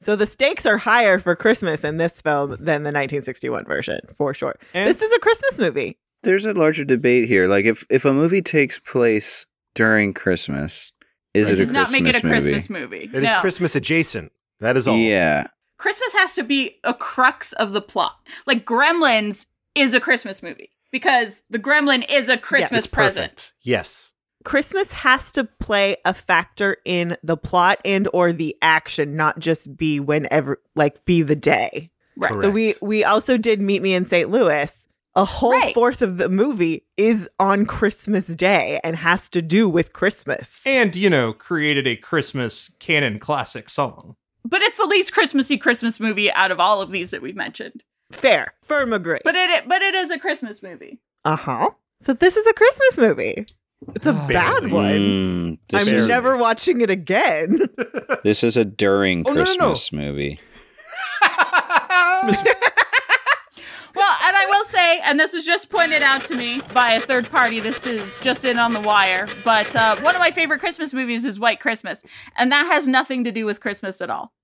[SPEAKER 1] So the stakes are higher for Christmas in this film than the 1961 version, for sure.
[SPEAKER 2] And-
[SPEAKER 1] this is a Christmas movie.
[SPEAKER 4] there's a larger debate here. Like if if a movie takes place during Christmas, is
[SPEAKER 5] It
[SPEAKER 4] it,
[SPEAKER 5] does
[SPEAKER 4] a
[SPEAKER 5] not
[SPEAKER 4] Christmas
[SPEAKER 5] make it a
[SPEAKER 4] movie?
[SPEAKER 5] Christmas movie.
[SPEAKER 3] it is
[SPEAKER 5] No.
[SPEAKER 3] Christmas adjacent. That is all.
[SPEAKER 4] Yeah,
[SPEAKER 5] Christmas has to be a crux of the plot. Like Gremlins is a Christmas movie because the Gremlin is a Christmas
[SPEAKER 3] It's
[SPEAKER 5] present.
[SPEAKER 3] perfect. Yes.
[SPEAKER 1] Christmas has to play a factor in the plot and or the action, not just be whenever like be the day.
[SPEAKER 5] Right.
[SPEAKER 1] So we
[SPEAKER 3] Correct.
[SPEAKER 1] we also did Meet Me in St. Louis. A whole
[SPEAKER 5] Right.
[SPEAKER 1] fourth of the movie is on Christmas Day and has to do with Christmas.
[SPEAKER 2] and you know created a christmas canon classic song
[SPEAKER 5] but it's the least Christmassy Christmas movie out of all of these that we've mentioned.
[SPEAKER 1] Fair. Firm agree.
[SPEAKER 5] But it but it is a Christmas movie.
[SPEAKER 1] Uh huh. So this is a Christmas movie. It's a bad one.
[SPEAKER 4] Mm, this,
[SPEAKER 1] I'm
[SPEAKER 4] is,
[SPEAKER 1] never watching it again.
[SPEAKER 4] this is a during
[SPEAKER 2] Oh, no, no, no.
[SPEAKER 4] Christmas movie.
[SPEAKER 5] Well, and I will say, and this was just pointed out to me by a third party. This is just in on the wire. But uh, one of my favorite Christmas movies is White Christmas, and that has nothing to do with Christmas at all.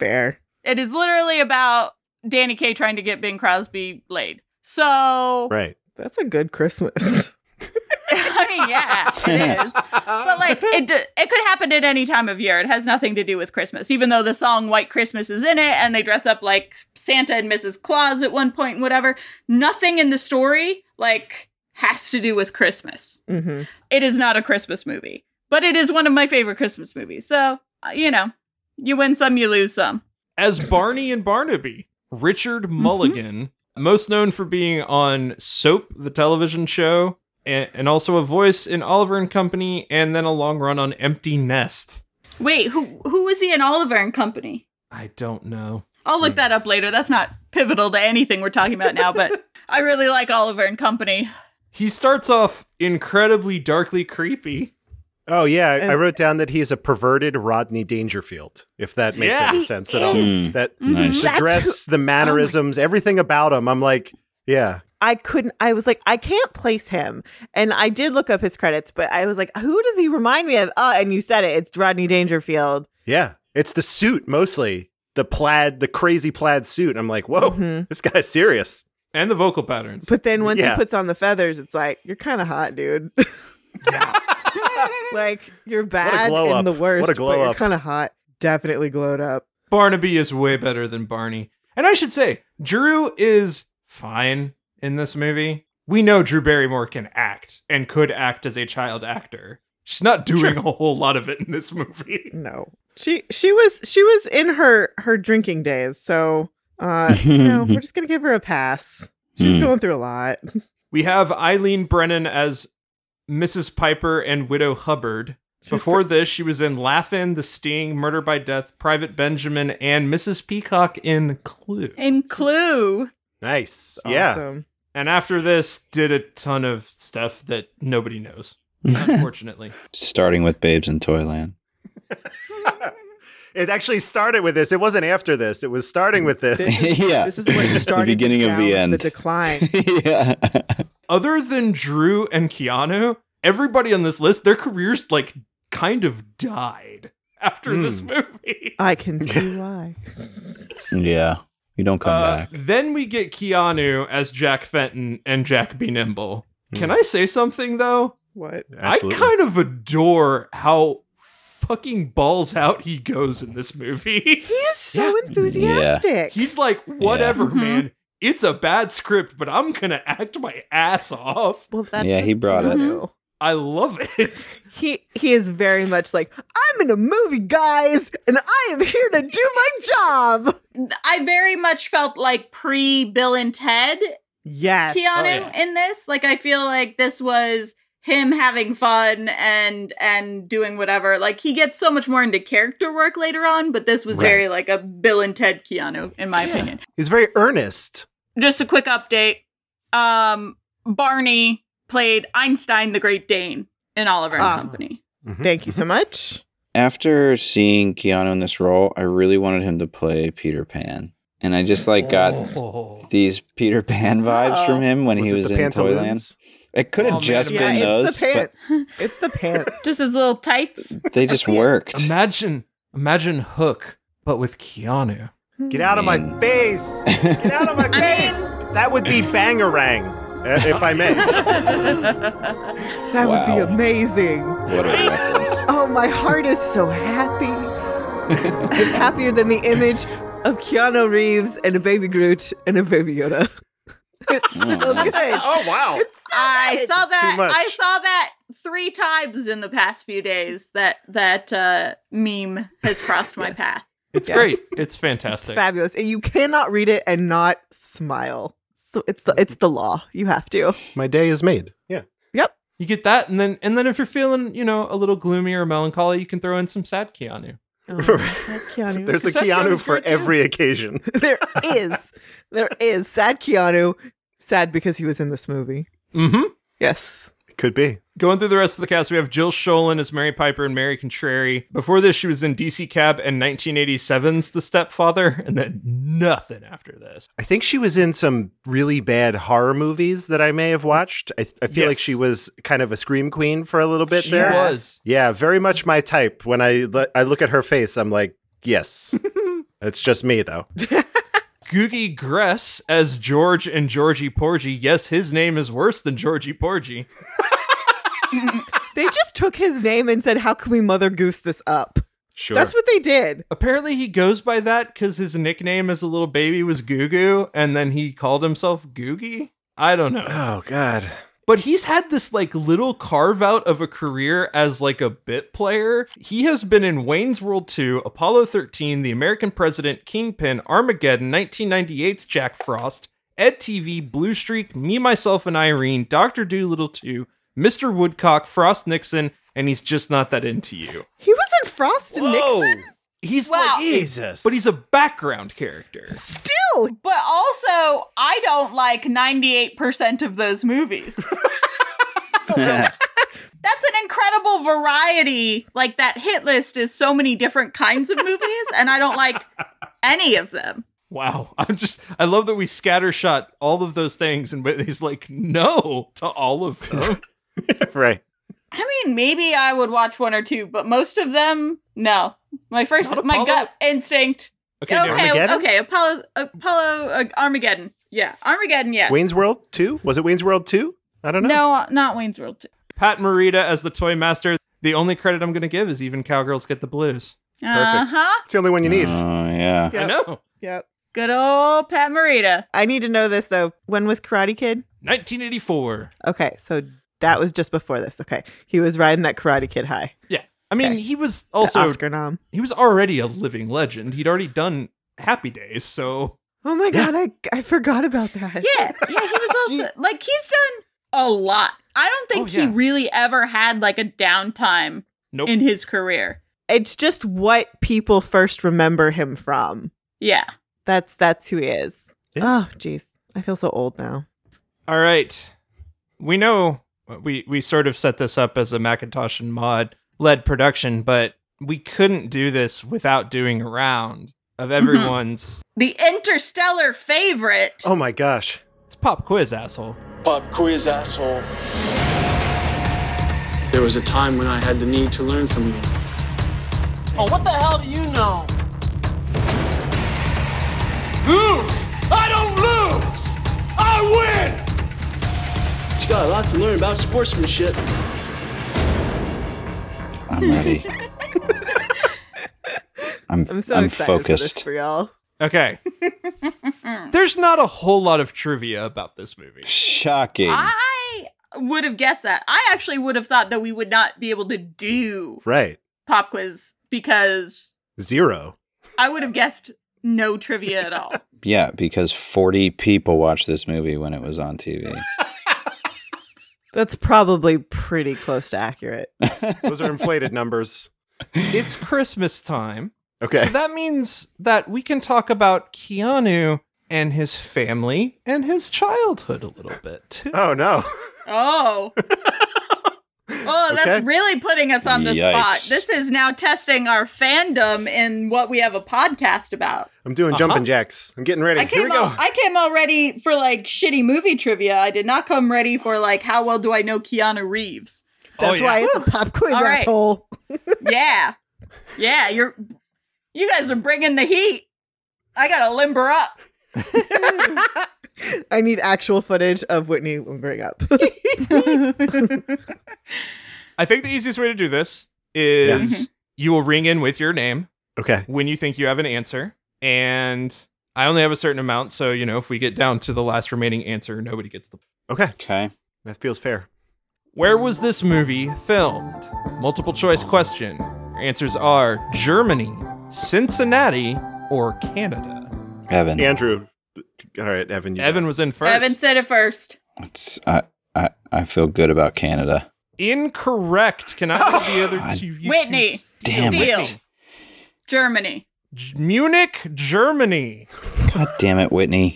[SPEAKER 1] Fair.
[SPEAKER 5] It is literally about Danny Kaye trying to get Bing Crosby laid. So,
[SPEAKER 3] Right.
[SPEAKER 1] That's a good Christmas.
[SPEAKER 5] I mean, yeah, it is. But like, it d- it could happen at any time of year. It has nothing to do with Christmas, even though the song "White Christmas" is in it, and they dress up like Santa and Mrs. Claus at one point and whatever. Nothing in the story like has to do with Christmas.
[SPEAKER 1] hmm
[SPEAKER 5] It is not a Christmas movie, but it is one of my favorite Christmas movies. So uh, you know, you win some, you lose some.
[SPEAKER 2] as Barney and Barnaby. Richard Mulligan, most known for being on Soap, the television show, and, and also a voice in Oliver and Company, and then a long run on Empty Nest.
[SPEAKER 5] Wait, who who was he in Oliver and Company?
[SPEAKER 2] I don't know.
[SPEAKER 5] I'll look that up later. That's not pivotal to anything we're talking about now, but I really like Oliver and Company.
[SPEAKER 2] He starts off incredibly darkly creepy.
[SPEAKER 3] Oh yeah, I- I
[SPEAKER 1] And-
[SPEAKER 3] wrote down that he's a perverted Rodney Dangerfield. If that makes
[SPEAKER 2] Yeah.
[SPEAKER 3] any
[SPEAKER 1] He
[SPEAKER 3] sense at all,
[SPEAKER 4] is.
[SPEAKER 3] that
[SPEAKER 4] Hmm. Nice.
[SPEAKER 3] the
[SPEAKER 1] That's oh
[SPEAKER 3] dress, the mannerisms, everything about him, I'm like, yeah,
[SPEAKER 1] I couldn't. I was like, I can't place him. And I did look up his credits, but I was like, who does he remind me of? Oh, and you said it. It's Rodney Dangerfield.
[SPEAKER 3] yeah. It's the suit mostly, the plaid, the crazy plaid suit. I'm like, whoa,
[SPEAKER 1] Mhm.
[SPEAKER 3] this guy's serious.
[SPEAKER 2] And the vocal patterns.
[SPEAKER 1] But then once
[SPEAKER 3] Yeah.
[SPEAKER 1] he puts on the feathers, it's like you're kind of hot, dude. like you're bad
[SPEAKER 3] glow
[SPEAKER 1] and
[SPEAKER 3] up.
[SPEAKER 1] the
[SPEAKER 3] What a
[SPEAKER 1] worst,
[SPEAKER 3] glow
[SPEAKER 1] but you're
[SPEAKER 3] up.
[SPEAKER 1] kind of hot. Definitely glowed up.
[SPEAKER 2] Barnaby is way better than Barney. And I should say, Drew is fine in this movie. We know Drew Barrymore can act and could act as a child actor. She's not doing a whole lot of it in this movie.
[SPEAKER 1] No, she she was she was in her her drinking days, so uh, you know we're just gonna give her a pass. She's
[SPEAKER 4] Hmm.
[SPEAKER 1] going through a lot.
[SPEAKER 2] We have Eileen Brennan as Mrs. Piper and Widow Hubbard.
[SPEAKER 1] She's
[SPEAKER 2] Before this, she was in Laugh-In, The Sting, Murder by Death, Private Benjamin, and Mrs. Peacock in Clue.
[SPEAKER 5] In Clue.
[SPEAKER 3] Nice,
[SPEAKER 1] pre-
[SPEAKER 3] yeah.
[SPEAKER 1] awesome.
[SPEAKER 2] And after this, did a ton of stuff that nobody knows, unfortunately.
[SPEAKER 4] Starting with Babes in Toyland.
[SPEAKER 3] It actually started with this. It wasn't after this. It was starting with this.
[SPEAKER 1] This is,
[SPEAKER 4] Yeah.
[SPEAKER 1] this is what started the
[SPEAKER 4] beginning of the
[SPEAKER 1] down-
[SPEAKER 4] end.
[SPEAKER 1] the decline.
[SPEAKER 4] yeah.
[SPEAKER 2] Other than Drew and Keanu, everybody on this list, their careers like kind of died after
[SPEAKER 4] Hmm.
[SPEAKER 2] this movie.
[SPEAKER 1] I can see why.
[SPEAKER 4] Yeah. You don't come
[SPEAKER 2] Uh,
[SPEAKER 4] back.
[SPEAKER 2] Then we get Keanu as Jack Fenton and Jack B. Nimble.
[SPEAKER 4] Hmm.
[SPEAKER 2] Can I say something though?
[SPEAKER 1] What?
[SPEAKER 3] Absolutely.
[SPEAKER 2] I kind of adore how fucking balls out he goes in this movie.
[SPEAKER 1] He is so enthusiastic.
[SPEAKER 2] He's like, whatever,
[SPEAKER 5] Mhm.
[SPEAKER 2] man. It's a bad script, but I'm gonna act my ass off.
[SPEAKER 1] Well, that's
[SPEAKER 4] Yeah, he
[SPEAKER 1] just
[SPEAKER 4] brought Mm-hmm.
[SPEAKER 5] it.
[SPEAKER 1] Keanu.
[SPEAKER 2] I love it.
[SPEAKER 1] He he is very much like I'm in a movie, guys, and I am here to do my job.
[SPEAKER 5] I very much felt like pre Bill and Ted
[SPEAKER 1] Yes,
[SPEAKER 5] Keanu
[SPEAKER 2] Oh, yeah.
[SPEAKER 5] in this. Like I feel like this was him having fun and and doing whatever. Like he gets so much more into character work later on, but this was very
[SPEAKER 1] Yes.
[SPEAKER 5] like a Bill and Ted Keanu in my opinion.
[SPEAKER 3] He's very earnest.
[SPEAKER 5] Just a quick update. Um Barney played Einstein the Great Dane in Oliver and
[SPEAKER 1] Ah.
[SPEAKER 5] Company.
[SPEAKER 1] thank you so much.
[SPEAKER 4] After seeing Keanu in this role, I really wanted him to play Peter Pan. And I just like got these Peter Pan vibes
[SPEAKER 5] Uh-oh.
[SPEAKER 4] from him when
[SPEAKER 3] Was
[SPEAKER 4] he
[SPEAKER 3] it
[SPEAKER 4] was
[SPEAKER 3] the
[SPEAKER 4] in Toyland.
[SPEAKER 3] pantaloons?
[SPEAKER 4] It could
[SPEAKER 2] Oh,
[SPEAKER 4] have
[SPEAKER 2] man,
[SPEAKER 4] just
[SPEAKER 2] Yeah,
[SPEAKER 4] been
[SPEAKER 2] it's
[SPEAKER 1] it's
[SPEAKER 4] those.
[SPEAKER 1] the
[SPEAKER 4] but
[SPEAKER 1] pants. It's the pants.
[SPEAKER 5] Just his little tights.
[SPEAKER 4] They just worked.
[SPEAKER 2] Imagine, imagine Hook, but with Keanu.
[SPEAKER 3] Get out of my face! Get out of my
[SPEAKER 5] I mean-
[SPEAKER 3] face! that would be bangarang, uh, if I may.
[SPEAKER 1] That would be
[SPEAKER 4] Wow.
[SPEAKER 1] amazing.
[SPEAKER 4] What a reference.
[SPEAKER 1] Oh, my heart is so happy. it's happier than the image of Keanu Reeves and a baby Groot and a baby Yoda. It's so
[SPEAKER 4] nice.
[SPEAKER 1] good.
[SPEAKER 3] Oh wow!
[SPEAKER 5] I saw that.
[SPEAKER 3] much.
[SPEAKER 5] I saw that three times in the past few days. That that uh, meme has crossed my path.
[SPEAKER 2] It's
[SPEAKER 1] Yes.
[SPEAKER 2] great. It's fantastic.
[SPEAKER 1] Fabulous. And you cannot read it and not smile. So it's the it's the law. You have to.
[SPEAKER 3] My day is made. Yeah.
[SPEAKER 1] Yep.
[SPEAKER 2] you get that, and then and then if you're feeling, you know, a little gloomy or melancholy, you can throw in some sad Keanu.
[SPEAKER 1] Keanu.
[SPEAKER 3] There's a
[SPEAKER 2] Is that Keanu
[SPEAKER 3] Keanu for
[SPEAKER 2] George?
[SPEAKER 3] every occasion.
[SPEAKER 1] there is. There is. Sad Keanu. Sad because he was in this movie.
[SPEAKER 2] Mm-hmm.
[SPEAKER 1] Yes.
[SPEAKER 3] Could be.
[SPEAKER 2] Going through the rest of the cast, we have Jill Sholin as Mary Piper and Mary Contrary. Before this, she was in DC Cab and 1987's The Stepfather, and then nothing after this.
[SPEAKER 3] I think she was in some really bad horror movies that I may have watched. I, I feel like
[SPEAKER 2] Yes.
[SPEAKER 3] she was kind of a scream queen for a little bit
[SPEAKER 2] She
[SPEAKER 3] there.
[SPEAKER 2] was.
[SPEAKER 3] Yeah, very much my type. When I le- I look at her face, I'm like, yes. It's just me though.
[SPEAKER 2] Googie Gress as George and Georgie Porgy. Yes, his name is worse than Georgie Porgy.
[SPEAKER 1] They just took his name and said, How can we mother goose this up?
[SPEAKER 3] Sure.
[SPEAKER 1] That's what they did.
[SPEAKER 2] Apparently, he goes by that because his nickname as a little baby was Goo Goo, and then he called himself Googie. I don't know.
[SPEAKER 3] oh god.
[SPEAKER 2] But he's had this like little carve out of a career as like a bit player. He has been in Wayne's World 2, Apollo 13, The American President, Kingpin, Armageddon, 1998's Jack Frost, Ed TV, Blue Streak, Me, Myself, and Irene, Dr. Doolittle 2, Mr. Woodcock, Frost Nixon, and he's just not that into you.
[SPEAKER 1] He was in Frost and Nixon.
[SPEAKER 2] He's
[SPEAKER 5] Wow.
[SPEAKER 2] like But he's a background character.
[SPEAKER 1] Still.
[SPEAKER 5] But also, I don't like 98% of those movies. That's an incredible variety. Like, that hit list is so many different kinds of movies, and I don't like any of them.
[SPEAKER 2] Wow. I'm just I love that we scattershot all of those things and Whitney's like, no to all of them.
[SPEAKER 3] right.
[SPEAKER 5] I mean, maybe I would watch one or two, but most of them, no. My first,
[SPEAKER 2] Not
[SPEAKER 5] my
[SPEAKER 2] Apollo?
[SPEAKER 5] gut instinct.
[SPEAKER 2] Okay,
[SPEAKER 5] Okay,
[SPEAKER 2] never mind.
[SPEAKER 5] okay,
[SPEAKER 3] Armageddon?
[SPEAKER 5] Apollo, Apollo, uh, Armageddon. Yeah, Armageddon. Yes.
[SPEAKER 3] Wayne's World 2? Was it Wayne's World 2? I don't know.
[SPEAKER 5] No, uh, not Wayne's World. Two.
[SPEAKER 2] Pat Morita as the toy master. The only credit I'm going to give is even Cowgirls Get the Blues.
[SPEAKER 5] Uh huh.
[SPEAKER 3] It's the only one you need.
[SPEAKER 4] Oh yeah.
[SPEAKER 1] Yep.
[SPEAKER 2] I know.
[SPEAKER 1] Yep.
[SPEAKER 5] Good old Pat Morita.
[SPEAKER 1] I need to know this though. When was Karate Kid?
[SPEAKER 2] 1984.
[SPEAKER 1] Okay, so that was just before this. Okay. He was riding that Karate Kid high.
[SPEAKER 2] Yeah. I mean,
[SPEAKER 1] Okay.
[SPEAKER 2] he was
[SPEAKER 1] The
[SPEAKER 2] also
[SPEAKER 1] Oscar nom.
[SPEAKER 2] he was already a living legend. He'd already done Happy Days, so
[SPEAKER 1] Oh my god, I, I forgot about that.
[SPEAKER 5] Yeah, yeah. He was also like he's done a lot. I don't think
[SPEAKER 2] Oh, yeah.
[SPEAKER 5] he really ever had like a downtime
[SPEAKER 2] nope.
[SPEAKER 5] in his career.
[SPEAKER 1] It's just what people first remember him from.
[SPEAKER 5] Yeah.
[SPEAKER 1] That's that's who he is.
[SPEAKER 3] Yeah.
[SPEAKER 1] Oh, jeez. I feel so old now.
[SPEAKER 2] All right. We know we we sort of set this up as a Macintosh and Mod led production, but we couldn't do this without doing a round of everyone's
[SPEAKER 5] The interstellar favorite.
[SPEAKER 3] Oh my gosh.
[SPEAKER 2] It's pop quiz, asshole.
[SPEAKER 9] Pop quiz, asshole. There was a time when I had the need to learn from you. Oh, what the hell do you know? Lose! I don't lose! I win! You got a lot to learn about sportsmanship.
[SPEAKER 4] I'm ready. I'm,
[SPEAKER 1] I'm so
[SPEAKER 4] I'm
[SPEAKER 1] excited for this
[SPEAKER 4] focused.
[SPEAKER 1] for y'all.
[SPEAKER 2] Okay. There's not a whole lot of trivia about this movie.
[SPEAKER 4] Shocking.
[SPEAKER 5] Ah! I would have guessed that. I actually would have thought that we would not be able to do
[SPEAKER 3] Right.
[SPEAKER 5] pop quiz because
[SPEAKER 3] Zero.
[SPEAKER 5] I would have guessed no trivia at all.
[SPEAKER 4] Yeah, because 40 people watched this movie when it was on TV.
[SPEAKER 1] That's probably pretty close to accurate.
[SPEAKER 3] Those are inflated numbers.
[SPEAKER 2] It's Christmas time.
[SPEAKER 3] Okay.
[SPEAKER 2] So that means that we can talk about Keanu and his family and his childhood a little bit. too.
[SPEAKER 3] Oh no.
[SPEAKER 5] Oh. Oh, that's
[SPEAKER 3] Okay.
[SPEAKER 5] really putting us on the spot.
[SPEAKER 4] Yikes.
[SPEAKER 5] This is now testing our fandom in what we have a podcast about.
[SPEAKER 3] I'm doing jumping jacks. I'm getting ready.
[SPEAKER 5] I
[SPEAKER 3] Here
[SPEAKER 5] came
[SPEAKER 3] we go.
[SPEAKER 5] out I came out ready for like shitty movie trivia. I did not come ready for like how well do I know Keanu Reeves.
[SPEAKER 1] That's
[SPEAKER 2] Oh, yeah.
[SPEAKER 1] why it's a pop quiz,
[SPEAKER 5] All right.
[SPEAKER 1] asshole.
[SPEAKER 5] Yeah. yeah, you're you guys are bringing the heat. I got to limber up.
[SPEAKER 1] I need actual footage of Whitney bring up.
[SPEAKER 2] I think the easiest way to do this is you will ring in with your name
[SPEAKER 3] Okay.
[SPEAKER 2] when you think you have an answer. And I only have a certain amount. So, you know, if we get down to the last remaining answer, nobody gets the.
[SPEAKER 3] Okay.
[SPEAKER 4] Okay.
[SPEAKER 3] That feels fair.
[SPEAKER 2] Where was this movie filmed? Multiple choice question. Your answers are Germany, Cincinnati, or Canada.
[SPEAKER 4] Evan,
[SPEAKER 3] Andrew. All right, Evan. You
[SPEAKER 2] Evan was in first.
[SPEAKER 5] Evan said it first.
[SPEAKER 4] it's, I, I, I feel good about Canada.
[SPEAKER 2] Incorrect. Can I have the other two? you
[SPEAKER 5] Whitney.
[SPEAKER 2] choose?
[SPEAKER 4] Damn
[SPEAKER 5] Steal.
[SPEAKER 4] it.
[SPEAKER 5] Germany.
[SPEAKER 2] J- Munich, Germany.
[SPEAKER 4] God damn it, Whitney.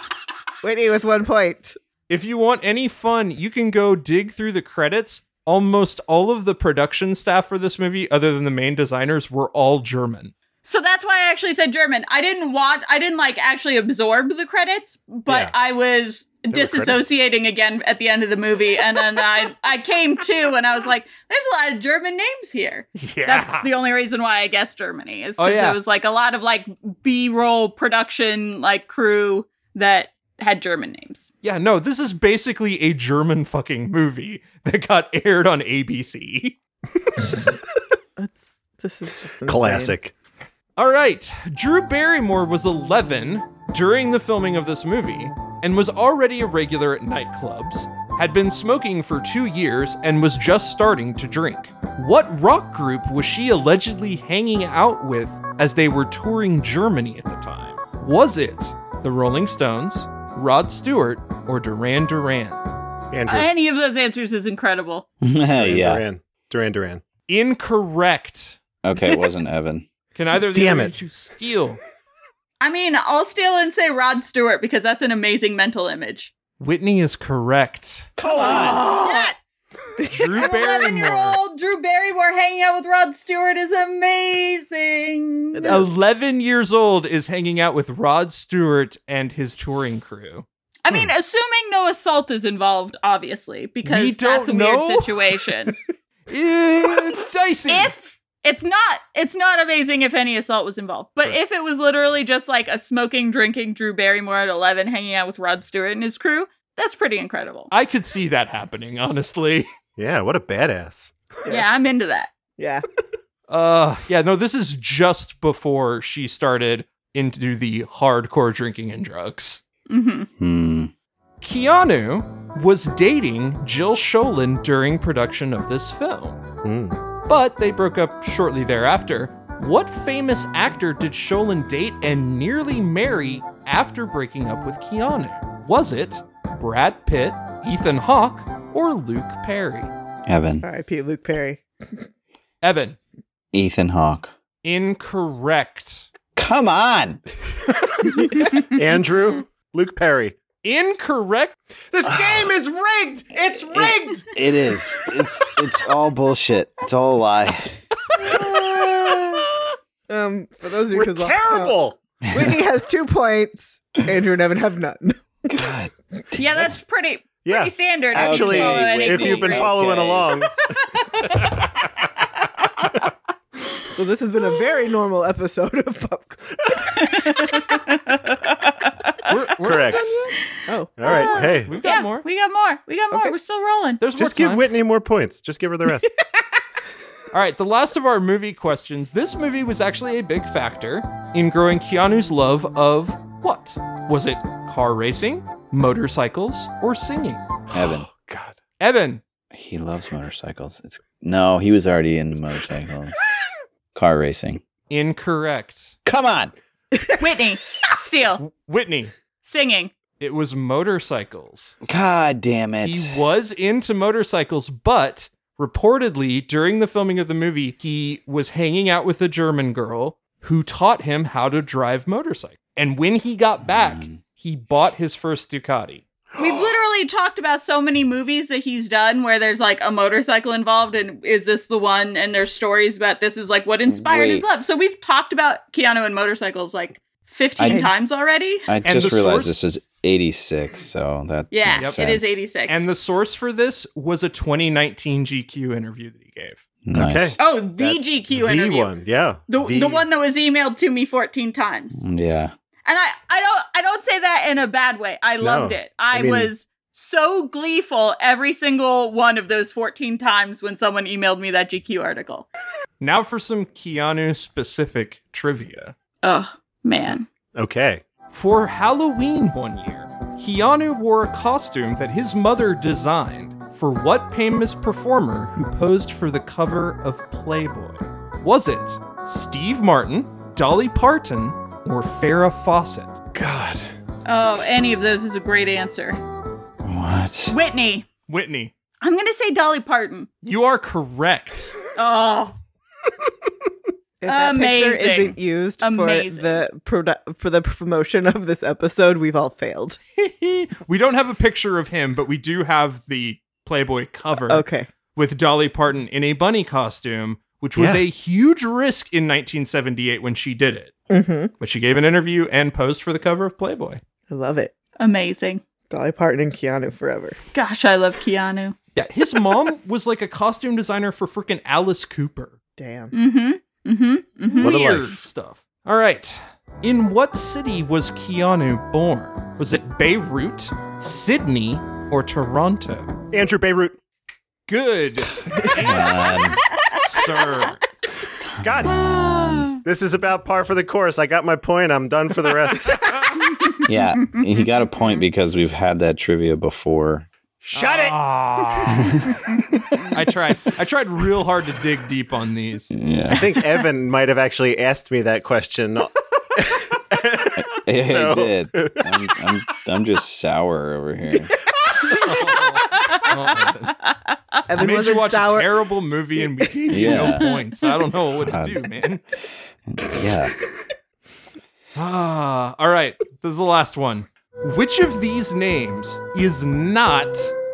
[SPEAKER 1] Whitney with one point.
[SPEAKER 2] If you want any fun, you can go dig through the credits. Almost all of the production staff for this movie, other than the main designers, were all German.
[SPEAKER 5] So that's why I actually said German. I didn't want I didn't like actually absorb the credits, but
[SPEAKER 2] Yeah.
[SPEAKER 5] I was disassociating again at the end of the movie and then I I came to and I was like there's a lot of German names here.
[SPEAKER 2] Yeah.
[SPEAKER 5] That's the only reason why I guessed Germany is
[SPEAKER 2] Oh,
[SPEAKER 5] because
[SPEAKER 2] yeah.
[SPEAKER 5] it was like a lot of like B-roll production like crew that had German names.
[SPEAKER 2] yeah, no, this is basically a German fucking movie that got aired on ABC.
[SPEAKER 1] That's this is just insane.
[SPEAKER 3] Classic.
[SPEAKER 2] All right, Drew Barrymore was 11 during the filming of this movie and was already a regular at nightclubs, had been smoking for two years, and was just starting to drink. What rock group was she allegedly hanging out with as they were touring Germany at the time? Was it the Rolling Stones, Rod Stewart, or Duran Duran?
[SPEAKER 3] Andrew.
[SPEAKER 5] Any of those answers is incredible.
[SPEAKER 3] Duran
[SPEAKER 4] yeah.
[SPEAKER 3] Duran. Duran Duran.
[SPEAKER 2] Incorrect.
[SPEAKER 4] Okay, it wasn't Evan.
[SPEAKER 2] Can either of these
[SPEAKER 3] Damn
[SPEAKER 2] you steal?
[SPEAKER 5] I mean, I'll steal and say Rod Stewart because that's an amazing mental image.
[SPEAKER 2] Whitney is correct.
[SPEAKER 5] Yeah,
[SPEAKER 2] Drew
[SPEAKER 5] Eleven year
[SPEAKER 2] Barrymore.
[SPEAKER 5] old Drew Barrymore hanging out with Rod Stewart is amazing.
[SPEAKER 2] 11 years old is hanging out with Rod Stewart and his touring crew.
[SPEAKER 5] I mean, assuming no assault is involved, obviously, because
[SPEAKER 2] We don't
[SPEAKER 5] that's a
[SPEAKER 2] know.
[SPEAKER 5] weird situation.
[SPEAKER 2] It's dicey.
[SPEAKER 5] if it's not it's not amazing if any assault was involved. But
[SPEAKER 2] Right.
[SPEAKER 5] if it was literally just like a smoking, drinking Drew Barrymore at eleven hanging out with Rod Stewart and his crew, that's pretty incredible.
[SPEAKER 2] I could see that happening, honestly.
[SPEAKER 3] Yeah, what a badass.
[SPEAKER 5] Yeah, I'm into that.
[SPEAKER 1] Yeah.
[SPEAKER 2] Uh, yeah, no, this is just before she started into the hardcore drinking and drugs.
[SPEAKER 5] hmm
[SPEAKER 4] Hmm.
[SPEAKER 2] Keanu was dating Jill Sholin during production of this film.
[SPEAKER 3] Mm.
[SPEAKER 2] but they broke up shortly thereafter. What famous actor did Sholin date and nearly marry after breaking up with Keanu? Was it Brad Pitt, Ethan Hawke, or Luke Perry?
[SPEAKER 4] Evan.
[SPEAKER 1] R.I.P. Luke Perry.
[SPEAKER 2] Evan,
[SPEAKER 4] Ethan Hawke.
[SPEAKER 2] incorrect.
[SPEAKER 4] Come on.
[SPEAKER 3] Andrew. Luke Perry.
[SPEAKER 2] Incorrect.
[SPEAKER 3] This game is rigged. It's rigged.
[SPEAKER 4] It is. It's it's all bullshit. It's all a lie.
[SPEAKER 1] Um, for those of you
[SPEAKER 3] We're
[SPEAKER 1] who
[SPEAKER 3] terrible.
[SPEAKER 1] Whitney has two points. Andrew and Evan have none.
[SPEAKER 4] God.
[SPEAKER 5] Yeah, that's pretty
[SPEAKER 3] Yeah.
[SPEAKER 5] pretty standard. I wouldn't
[SPEAKER 3] Actually,
[SPEAKER 5] call it
[SPEAKER 4] wait,
[SPEAKER 3] if
[SPEAKER 5] anything
[SPEAKER 3] you've been
[SPEAKER 5] great.
[SPEAKER 3] following
[SPEAKER 4] Okay.
[SPEAKER 3] along,
[SPEAKER 1] So this has been a very normal episode of Pop. Culture.
[SPEAKER 2] We're, we're not
[SPEAKER 3] correct.
[SPEAKER 2] done yet.
[SPEAKER 1] Oh,
[SPEAKER 3] All
[SPEAKER 5] Uh,
[SPEAKER 3] right. Hey,
[SPEAKER 2] We've got
[SPEAKER 5] Yeah,
[SPEAKER 2] more.
[SPEAKER 5] we got more. We got more. We're still rolling.
[SPEAKER 2] There's
[SPEAKER 3] just
[SPEAKER 2] more
[SPEAKER 3] give
[SPEAKER 2] time.
[SPEAKER 3] Whitney more points. Just give her the rest.
[SPEAKER 2] All right, the last of our movie questions. This movie was actually a big factor in growing Keanu's love of what? Was it car racing, motorcycles, or singing?
[SPEAKER 4] Evan.
[SPEAKER 3] Oh, God.
[SPEAKER 2] Evan,
[SPEAKER 4] He loves motorcycles. It's no, he was already into motorcycle. Car racing.
[SPEAKER 2] Incorrect.
[SPEAKER 4] Come on.
[SPEAKER 5] Whitney, steal,
[SPEAKER 2] Whitney,
[SPEAKER 5] singing.
[SPEAKER 2] it was motorcycles.
[SPEAKER 4] God damn it.
[SPEAKER 2] He was into motorcycles, but reportedly during the filming of the movie, he was hanging out with a German girl who taught him how to drive motorcycles. And when he got back, he bought his first Ducati.
[SPEAKER 5] We've literally talked about so many movies that he's done where there's like a motorcycle involved, and is this the one? And there's stories about this is like what inspired his
[SPEAKER 4] Wait.
[SPEAKER 5] love. So we've talked about Keanu and motorcycles like 15
[SPEAKER 4] I-
[SPEAKER 5] times already.
[SPEAKER 4] I just
[SPEAKER 2] the
[SPEAKER 4] realized
[SPEAKER 2] source-
[SPEAKER 4] this is 86, so that
[SPEAKER 5] Yeah,
[SPEAKER 4] makes
[SPEAKER 5] it is
[SPEAKER 4] sense.
[SPEAKER 5] 86.
[SPEAKER 2] And the source for this was a 2019 GQ interview that he gave.
[SPEAKER 4] Nice.
[SPEAKER 5] oh, the
[SPEAKER 3] That's
[SPEAKER 5] GQ
[SPEAKER 3] the
[SPEAKER 5] interview.
[SPEAKER 3] one. Yeah.
[SPEAKER 5] The, the one that was emailed to me 14 times.
[SPEAKER 4] Yeah.
[SPEAKER 5] And I, I don't I don't say that in a bad way. I loved it. I,
[SPEAKER 3] I mean-
[SPEAKER 5] was so gleeful every single one of those 14 times when someone emailed me that GQ article.
[SPEAKER 2] Now for some Keanu specific trivia.
[SPEAKER 5] Oh, man.
[SPEAKER 3] Okay.
[SPEAKER 2] For Halloween one year, Keanu wore a costume that his mother designed for what famous performer who posed for the cover of Playboy? Was it Steve Martin, Dolly Parton, or Farrah Fawcett?
[SPEAKER 3] God.
[SPEAKER 5] Oh, any of those is a great answer.
[SPEAKER 4] What?
[SPEAKER 5] Whitney,
[SPEAKER 2] Whitney,
[SPEAKER 5] I'm going to say Dolly Parton.
[SPEAKER 2] you are correct.
[SPEAKER 5] Oh,
[SPEAKER 1] If that picture
[SPEAKER 5] Amazing.
[SPEAKER 1] isn't used
[SPEAKER 5] Amazing.
[SPEAKER 1] for the produ- for the promotion of this episode, we've all failed.
[SPEAKER 2] we don't have a picture of him, but we do have the Playboy cover
[SPEAKER 1] Okay.
[SPEAKER 2] with Dolly Parton in a bunny costume, which was
[SPEAKER 3] Yeah.
[SPEAKER 2] a huge risk in 1978 when she did it.
[SPEAKER 1] Mm-hmm.
[SPEAKER 2] But she gave an interview and posed for the cover of Playboy.
[SPEAKER 1] I love it.
[SPEAKER 5] Amazing.
[SPEAKER 1] Dolly Parton and Keanu forever.
[SPEAKER 5] Gosh, I love Keanu.
[SPEAKER 2] Yeah, his mom was like a costume designer for freaking Alice Cooper.
[SPEAKER 1] Damn.
[SPEAKER 5] Mm-hmm. Mm-hmm. mm-hmm.
[SPEAKER 3] What a
[SPEAKER 2] Weird
[SPEAKER 3] life.
[SPEAKER 2] stuff. All right. In what city was Keanu born? Was it Beirut, Sydney, or Toronto?
[SPEAKER 3] Andrew Beirut.
[SPEAKER 2] Good,
[SPEAKER 4] Um,
[SPEAKER 2] sir.
[SPEAKER 3] God. This is about par for the course. I got my point. I'm done for the rest.
[SPEAKER 4] yeah, he got a point because we've had that trivia before.
[SPEAKER 3] Shut it.
[SPEAKER 2] Ah. I tried. I tried real hard to dig deep on these.
[SPEAKER 4] Yeah.
[SPEAKER 3] I think Evan might have actually asked me that question.
[SPEAKER 4] Yeah,
[SPEAKER 3] So-
[SPEAKER 4] I did. I'm, I'm, I'm just sour over here.
[SPEAKER 2] I
[SPEAKER 1] Evan
[SPEAKER 2] made you
[SPEAKER 1] wasn't
[SPEAKER 2] watch
[SPEAKER 1] sour.
[SPEAKER 2] a terrible movie and we gave you
[SPEAKER 4] Yeah. Uh,
[SPEAKER 2] no points. I don't know what to
[SPEAKER 4] God.
[SPEAKER 2] do, man.
[SPEAKER 4] Yeah.
[SPEAKER 2] Ah, all right. This is the last one. Which of these names is not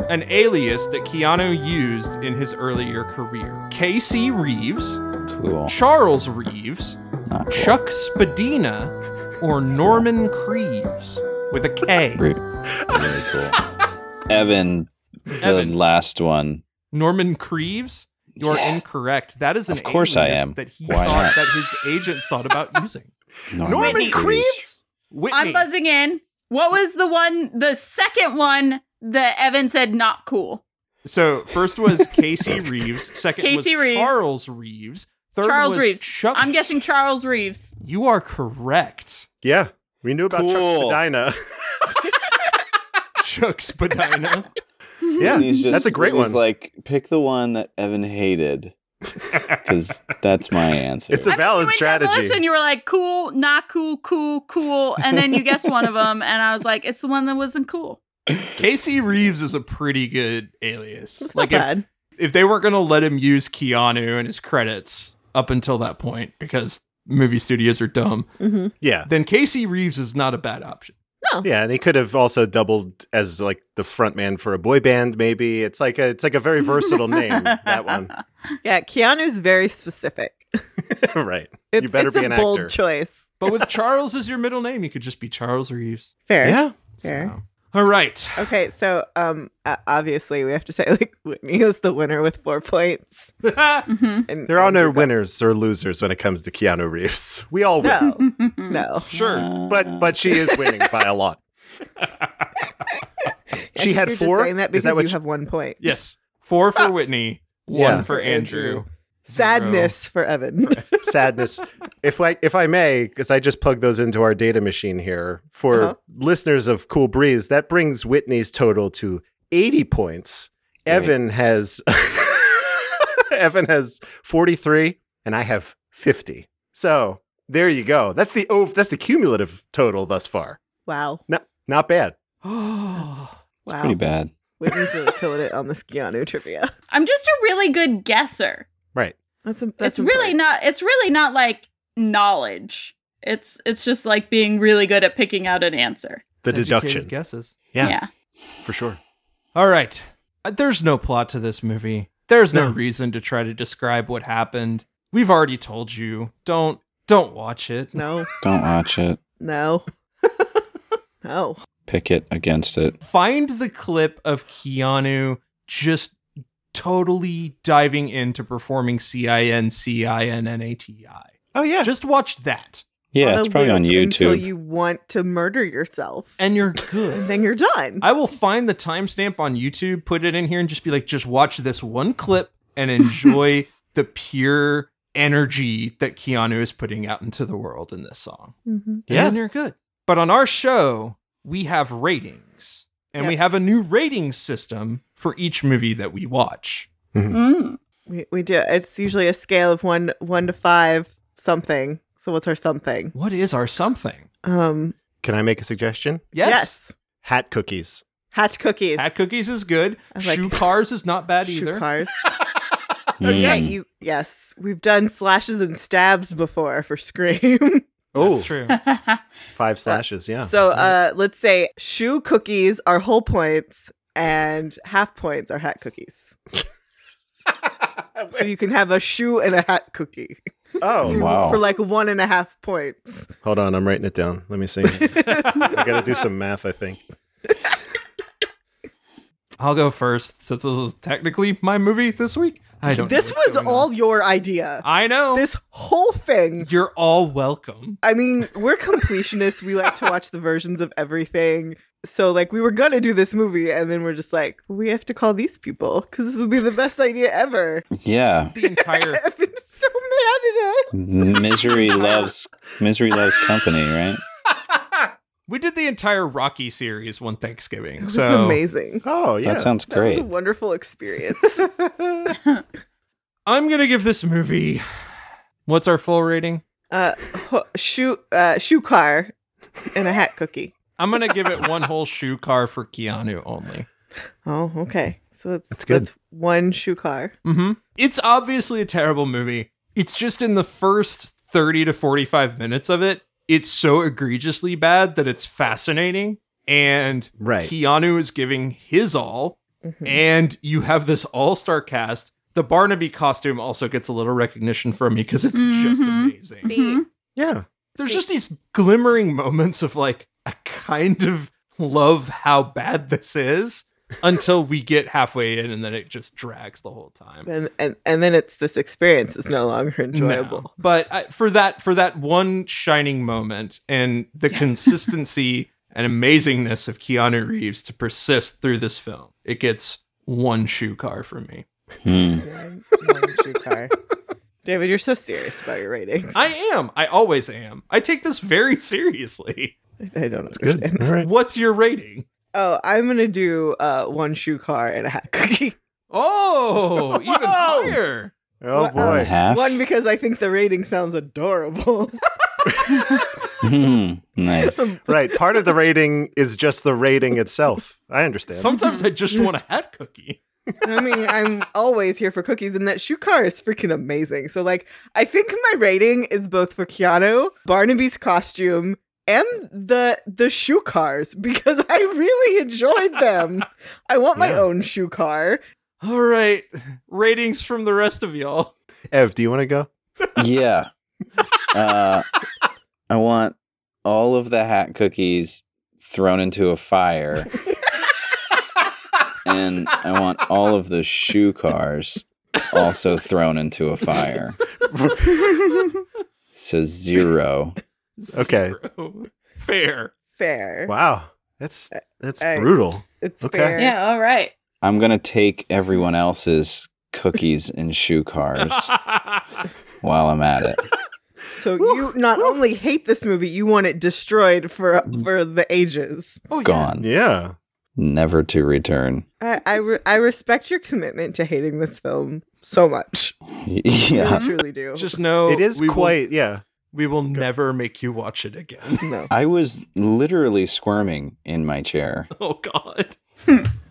[SPEAKER 2] an alias that Keanu used in his earlier career? Casey Reeves,
[SPEAKER 4] Cool.
[SPEAKER 2] Charles Reeves,
[SPEAKER 4] Not cool.
[SPEAKER 2] Chuck Spadina, or Norman Creeves with a K.
[SPEAKER 4] Re- really cool. Evan, the
[SPEAKER 2] Evan.
[SPEAKER 4] last one.
[SPEAKER 2] Norman Creeves? You're
[SPEAKER 4] Yeah.
[SPEAKER 2] incorrect. That is an
[SPEAKER 4] Of course I
[SPEAKER 2] alias
[SPEAKER 4] am.
[SPEAKER 2] that he
[SPEAKER 4] Why
[SPEAKER 2] thought
[SPEAKER 4] not?
[SPEAKER 2] that his agents thought about using.
[SPEAKER 1] Norman Creeves?
[SPEAKER 2] Whitney.
[SPEAKER 5] I'm buzzing in. What was the one, the second one that Evan said not cool?
[SPEAKER 2] So first was Casey Reeves. Second
[SPEAKER 5] Casey
[SPEAKER 2] was
[SPEAKER 5] Reeves.
[SPEAKER 2] Charles Reeves. Third
[SPEAKER 5] Charles
[SPEAKER 2] was
[SPEAKER 5] Reeves.
[SPEAKER 2] Chuck.
[SPEAKER 5] I'm guessing Charles Reeves.
[SPEAKER 2] you are correct.
[SPEAKER 3] yeah. We knew about Chuck
[SPEAKER 4] Cool.
[SPEAKER 3] Spadina.
[SPEAKER 2] Chuck Spadina.
[SPEAKER 3] yeah.
[SPEAKER 4] And he's just,
[SPEAKER 3] That's a great
[SPEAKER 4] he's
[SPEAKER 3] one.
[SPEAKER 4] like, pick the one that Evan hated. Because that's my answer.
[SPEAKER 3] It's a
[SPEAKER 5] I mean,
[SPEAKER 3] valid
[SPEAKER 5] you went down the
[SPEAKER 3] strategy.
[SPEAKER 5] list and you were like, cool, not cool, cool, cool. And then you guessed one of them. And I was like, it's the one that wasn't cool.
[SPEAKER 2] Casey Reeves is a pretty good alias.
[SPEAKER 1] It's
[SPEAKER 2] like
[SPEAKER 1] not
[SPEAKER 2] if,
[SPEAKER 1] bad.
[SPEAKER 2] if they weren't gonna let him use Keanu in his credits up until that point, because movie studios are dumb,
[SPEAKER 1] Mm-hmm.
[SPEAKER 3] yeah.
[SPEAKER 2] then Casey Reeves is not a bad option.
[SPEAKER 3] Yeah, and he could have also doubled as like the front man for a boy band, maybe. It's like a it's like a very versatile name, that one.
[SPEAKER 1] Yeah, Keanu's very specific.
[SPEAKER 3] right.
[SPEAKER 1] It's,
[SPEAKER 3] you better
[SPEAKER 1] it's
[SPEAKER 3] be
[SPEAKER 1] a
[SPEAKER 3] an
[SPEAKER 1] bold
[SPEAKER 3] actor.
[SPEAKER 1] choice.
[SPEAKER 2] But with Charles as your middle name, you could just be Charles Reeves.
[SPEAKER 1] Fair.
[SPEAKER 2] Yeah.
[SPEAKER 1] Fair.
[SPEAKER 2] All right.
[SPEAKER 1] Okay, so um, uh, obviously we have to say like Whitney was the winner with four points. And
[SPEAKER 3] There are no
[SPEAKER 1] Andrew
[SPEAKER 3] winners or losers when it comes to Keanu Reeves. We all win.
[SPEAKER 1] got- No, no.
[SPEAKER 2] Sure.
[SPEAKER 3] But but she is winning by a lot.
[SPEAKER 1] I think
[SPEAKER 3] she had
[SPEAKER 1] you're just
[SPEAKER 3] four.
[SPEAKER 1] saying that
[SPEAKER 3] Is
[SPEAKER 1] because
[SPEAKER 3] that what
[SPEAKER 1] you
[SPEAKER 3] you-
[SPEAKER 1] have one point.
[SPEAKER 2] Yes. Four for Whitney, one
[SPEAKER 3] Yeah.
[SPEAKER 2] for Andrew.
[SPEAKER 1] Sadness for Evan.
[SPEAKER 3] sadness. if I if I may, because I just plugged those into our data machine here for
[SPEAKER 1] Uh-huh.
[SPEAKER 3] listeners of Cool Breeze, that brings Whitney's total to eighty points. Evan has Evan has forty three, and I have fifty. So there you go. That's the ov- that's the cumulative total thus far.
[SPEAKER 1] wow,
[SPEAKER 3] Not not bad.
[SPEAKER 2] Oh,
[SPEAKER 1] wow.
[SPEAKER 4] pretty bad.
[SPEAKER 1] Whitney's really killing it on this Keanu trivia.
[SPEAKER 5] I'm just a really good guesser.
[SPEAKER 3] Right.
[SPEAKER 1] That's, im- that's
[SPEAKER 5] it's really
[SPEAKER 1] important.
[SPEAKER 5] not it's really not like knowledge. It's it's just like being really good at picking out an answer.
[SPEAKER 3] The deduction.
[SPEAKER 2] guesses.
[SPEAKER 3] Yeah, for sure.
[SPEAKER 2] All right. Uh, There's no plot to this movie. There's no
[SPEAKER 3] No.
[SPEAKER 2] reason to try to describe what happened. We've already told you. Don't don't watch it.
[SPEAKER 1] no,
[SPEAKER 4] Don't watch it.
[SPEAKER 1] no, no.
[SPEAKER 4] Pick it against it.
[SPEAKER 2] Find the clip of Keanu just totally diving into performing C I N C I N N A T I.
[SPEAKER 3] Oh yeah.
[SPEAKER 2] Just watch that,
[SPEAKER 4] Yeah, it's
[SPEAKER 1] a
[SPEAKER 4] probably on
[SPEAKER 1] loop Until
[SPEAKER 4] YouTube.
[SPEAKER 1] you want to murder yourself, and
[SPEAKER 2] and you're good.
[SPEAKER 1] then you're done.
[SPEAKER 2] I will find the timestamp on YouTube, put it in here, and just be like, just watch this one clip and enjoy the pure energy that Keanu is putting out into the world in this song.
[SPEAKER 1] Mhm.
[SPEAKER 2] And then you're good. But on our show, we have ratings, and we
[SPEAKER 1] Yep.
[SPEAKER 2] have a new rating system for each movie that we watch.
[SPEAKER 4] Hmm.
[SPEAKER 5] Mm.
[SPEAKER 1] We we do. It's usually a scale of one one to five something. So what's our something?
[SPEAKER 2] What is our something?
[SPEAKER 1] Um.
[SPEAKER 3] Can I make a suggestion?
[SPEAKER 2] Yes.
[SPEAKER 3] Hat cookies.
[SPEAKER 1] Hatch cookies.
[SPEAKER 2] Hat cookies is good.
[SPEAKER 1] I was like-
[SPEAKER 2] Shoe cars is not bad
[SPEAKER 1] Shoe
[SPEAKER 2] either.
[SPEAKER 1] cars. Yeah,
[SPEAKER 4] Hmm.
[SPEAKER 1] you. Yes, we've done slashes and stabs before for Scream.
[SPEAKER 3] Oh,
[SPEAKER 2] That's true.
[SPEAKER 5] Mm.
[SPEAKER 3] five slashes. Yeah.
[SPEAKER 1] so uh, let's say shoe cookies are whole points and half points are hat cookies. so you can have a shoe and a hat cookie
[SPEAKER 3] oh,
[SPEAKER 4] Wow.
[SPEAKER 1] for like one and a half points.
[SPEAKER 3] hold on. I'm writing it down. Let me see. I got to do some math. I think.
[SPEAKER 2] I'll go first since this is technically my movie this week. I don't. know
[SPEAKER 1] This
[SPEAKER 2] what's
[SPEAKER 1] was
[SPEAKER 2] going on.
[SPEAKER 1] all your idea.
[SPEAKER 2] I know.
[SPEAKER 1] This whole thing.
[SPEAKER 2] You're all welcome.
[SPEAKER 1] I mean, we're completionists. we like to watch the versions of everything. So, like, we were going to do this movie, and then we're just like, we have to call these people because this would be the best idea ever.
[SPEAKER 4] Yeah.
[SPEAKER 2] The entire
[SPEAKER 1] I've been so mad at us.
[SPEAKER 4] Misery loves misery loves company, right?
[SPEAKER 2] we did the entire Rocky series one Thanksgiving.
[SPEAKER 1] It was
[SPEAKER 2] so
[SPEAKER 1] amazing.
[SPEAKER 3] Oh, yeah.
[SPEAKER 4] That sounds
[SPEAKER 1] That was
[SPEAKER 4] great.
[SPEAKER 1] a wonderful experience.
[SPEAKER 2] I'm gonna give this movie. What's our full rating?
[SPEAKER 1] uh, ho- shoe, uh, shoe car and a hat cookie.
[SPEAKER 2] I'm gonna give it one whole shoe car for Keanu only.
[SPEAKER 1] Oh, okay. So that's,
[SPEAKER 3] That's good.
[SPEAKER 1] That's one shoe car.
[SPEAKER 2] Mm-hmm. It's obviously a terrible movie. It's just in the first 30 to 45 minutes of it, it's so egregiously bad that it's fascinating. And
[SPEAKER 3] Right.
[SPEAKER 2] Keanu is giving his all. And you have this all star cast. The Barnaby costume also gets a little recognition from me because it's just
[SPEAKER 5] Mhm.
[SPEAKER 2] amazing.
[SPEAKER 5] Mhm.
[SPEAKER 3] yeah.
[SPEAKER 2] There's just these glimmering moments of like, I kind of love how bad this is until we get halfway in and then it just drags the whole time.
[SPEAKER 1] And, and and then it's this experience is no longer enjoyable.
[SPEAKER 2] No. But I, for that for that one shining moment and the consistency and amazingness of Keanu Reeves to persist through this film, it gets one shoe car for me.
[SPEAKER 4] Hmm.
[SPEAKER 1] One- one shoe car. David, you're so serious about your ratings.
[SPEAKER 2] I am. I always am. I take this very seriously.
[SPEAKER 1] I don't
[SPEAKER 3] Good.
[SPEAKER 1] understand.
[SPEAKER 3] All right.
[SPEAKER 2] What's your rating?
[SPEAKER 1] Oh, I'm gonna do uh, one shoe car and a hat cookie.
[SPEAKER 2] Oh, even higher.
[SPEAKER 3] Oh
[SPEAKER 4] One and a
[SPEAKER 3] boy.
[SPEAKER 4] half.
[SPEAKER 1] One because I think the rating sounds adorable.
[SPEAKER 4] Hmm. nice.
[SPEAKER 3] Right. Part of the rating is just the rating itself. I understand.
[SPEAKER 2] Sometimes I just want a hat cookie.
[SPEAKER 1] I mean, I'm always here for cookies, and that shoe car is freaking amazing. So, like, I think my rating is both for Keanu Barnaby's costume and the the shoe cars because I really enjoyed them. I want my
[SPEAKER 3] Yeah.
[SPEAKER 1] own shoe car.
[SPEAKER 2] All right. Ratings from the rest of y'all.
[SPEAKER 3] Ev, do you want to go?
[SPEAKER 4] Yeah. Uh, I want all of the hat cookies thrown into a fire. And I want all of the shoe cars also thrown into a fire. So zero.
[SPEAKER 3] Okay.
[SPEAKER 2] Zero. Fair.
[SPEAKER 1] Fair.
[SPEAKER 3] Wow. That's that's
[SPEAKER 1] Hey.
[SPEAKER 3] brutal.
[SPEAKER 1] It's
[SPEAKER 3] Okay.
[SPEAKER 1] fair.
[SPEAKER 5] Yeah, all right.
[SPEAKER 4] I'm gonna take everyone else's cookies and shoe cars while I'm at it.
[SPEAKER 1] So you not only hate this movie, you want it destroyed for for the ages.
[SPEAKER 2] Oh, yeah.
[SPEAKER 4] Gone.
[SPEAKER 3] Yeah.
[SPEAKER 4] Never to return.
[SPEAKER 1] I I, re- I respect your commitment to hating this film so much. I
[SPEAKER 4] Yeah.
[SPEAKER 1] truly do.
[SPEAKER 2] Just know
[SPEAKER 3] it is
[SPEAKER 2] we will-
[SPEAKER 3] quite. yeah.
[SPEAKER 2] we will never make you watch it again.
[SPEAKER 1] no.
[SPEAKER 4] I was literally squirming in my chair.
[SPEAKER 2] Oh God.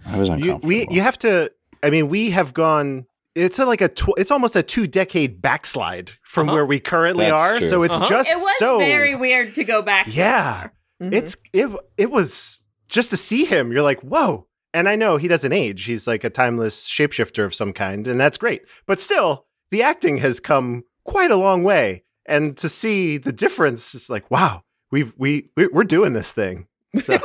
[SPEAKER 4] I was
[SPEAKER 3] You,
[SPEAKER 4] uncomfortable.
[SPEAKER 3] we you have to. I mean, we have gone. It's a, like a. Tw- it's almost a two decade backslide from
[SPEAKER 2] Uh-huh.
[SPEAKER 3] where we currently
[SPEAKER 4] That's
[SPEAKER 3] are.
[SPEAKER 4] true.
[SPEAKER 3] So it's
[SPEAKER 2] Uh-huh.
[SPEAKER 3] just
[SPEAKER 5] It was
[SPEAKER 3] so.
[SPEAKER 5] very weird to go back.
[SPEAKER 3] yeah.
[SPEAKER 1] Mhm.
[SPEAKER 2] Mm-hmm.
[SPEAKER 3] It's it. It was just to see him. You're like whoa. And I know he doesn't age. He's like a timeless shapeshifter of some kind, and that's great. But still, the acting has come quite a long way. And to see the difference, it's like wow, we've we we- we're doing this thing. So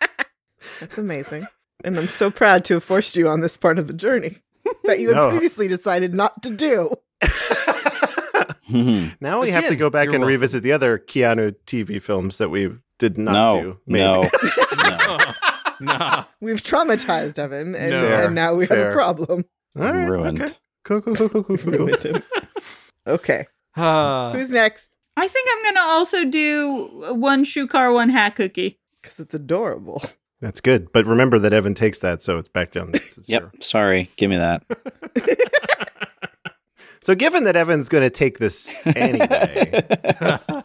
[SPEAKER 1] That's amazing. And I'm so proud to have forced you on this part of the journey that you had
[SPEAKER 3] No.
[SPEAKER 1] previously decided not to do.
[SPEAKER 4] Mhm.
[SPEAKER 3] now we have to
[SPEAKER 2] Again,
[SPEAKER 3] go back
[SPEAKER 2] you're
[SPEAKER 3] and
[SPEAKER 2] welcome.
[SPEAKER 3] revisit the other Keanu TV films that we did not
[SPEAKER 4] no,
[SPEAKER 3] do.
[SPEAKER 4] no, no.
[SPEAKER 2] nah.
[SPEAKER 1] We've traumatized Evan, and,
[SPEAKER 2] No.
[SPEAKER 1] and now we have
[SPEAKER 3] Fair.
[SPEAKER 1] a problem.
[SPEAKER 3] All right,
[SPEAKER 4] Ruined.
[SPEAKER 3] Okay. Cool, cool, cool, cool, cool, cool. cool.
[SPEAKER 1] Okay,
[SPEAKER 2] Uh,
[SPEAKER 1] who's next?
[SPEAKER 5] I think I'm going to also do one shoe car, one hat cookie.
[SPEAKER 1] Because it's adorable.
[SPEAKER 3] That's good. But remember that Evan takes that, so it's back down to zero.
[SPEAKER 4] Yep. Sorry. Give me that.
[SPEAKER 3] So given that Evan's going to take this anyway,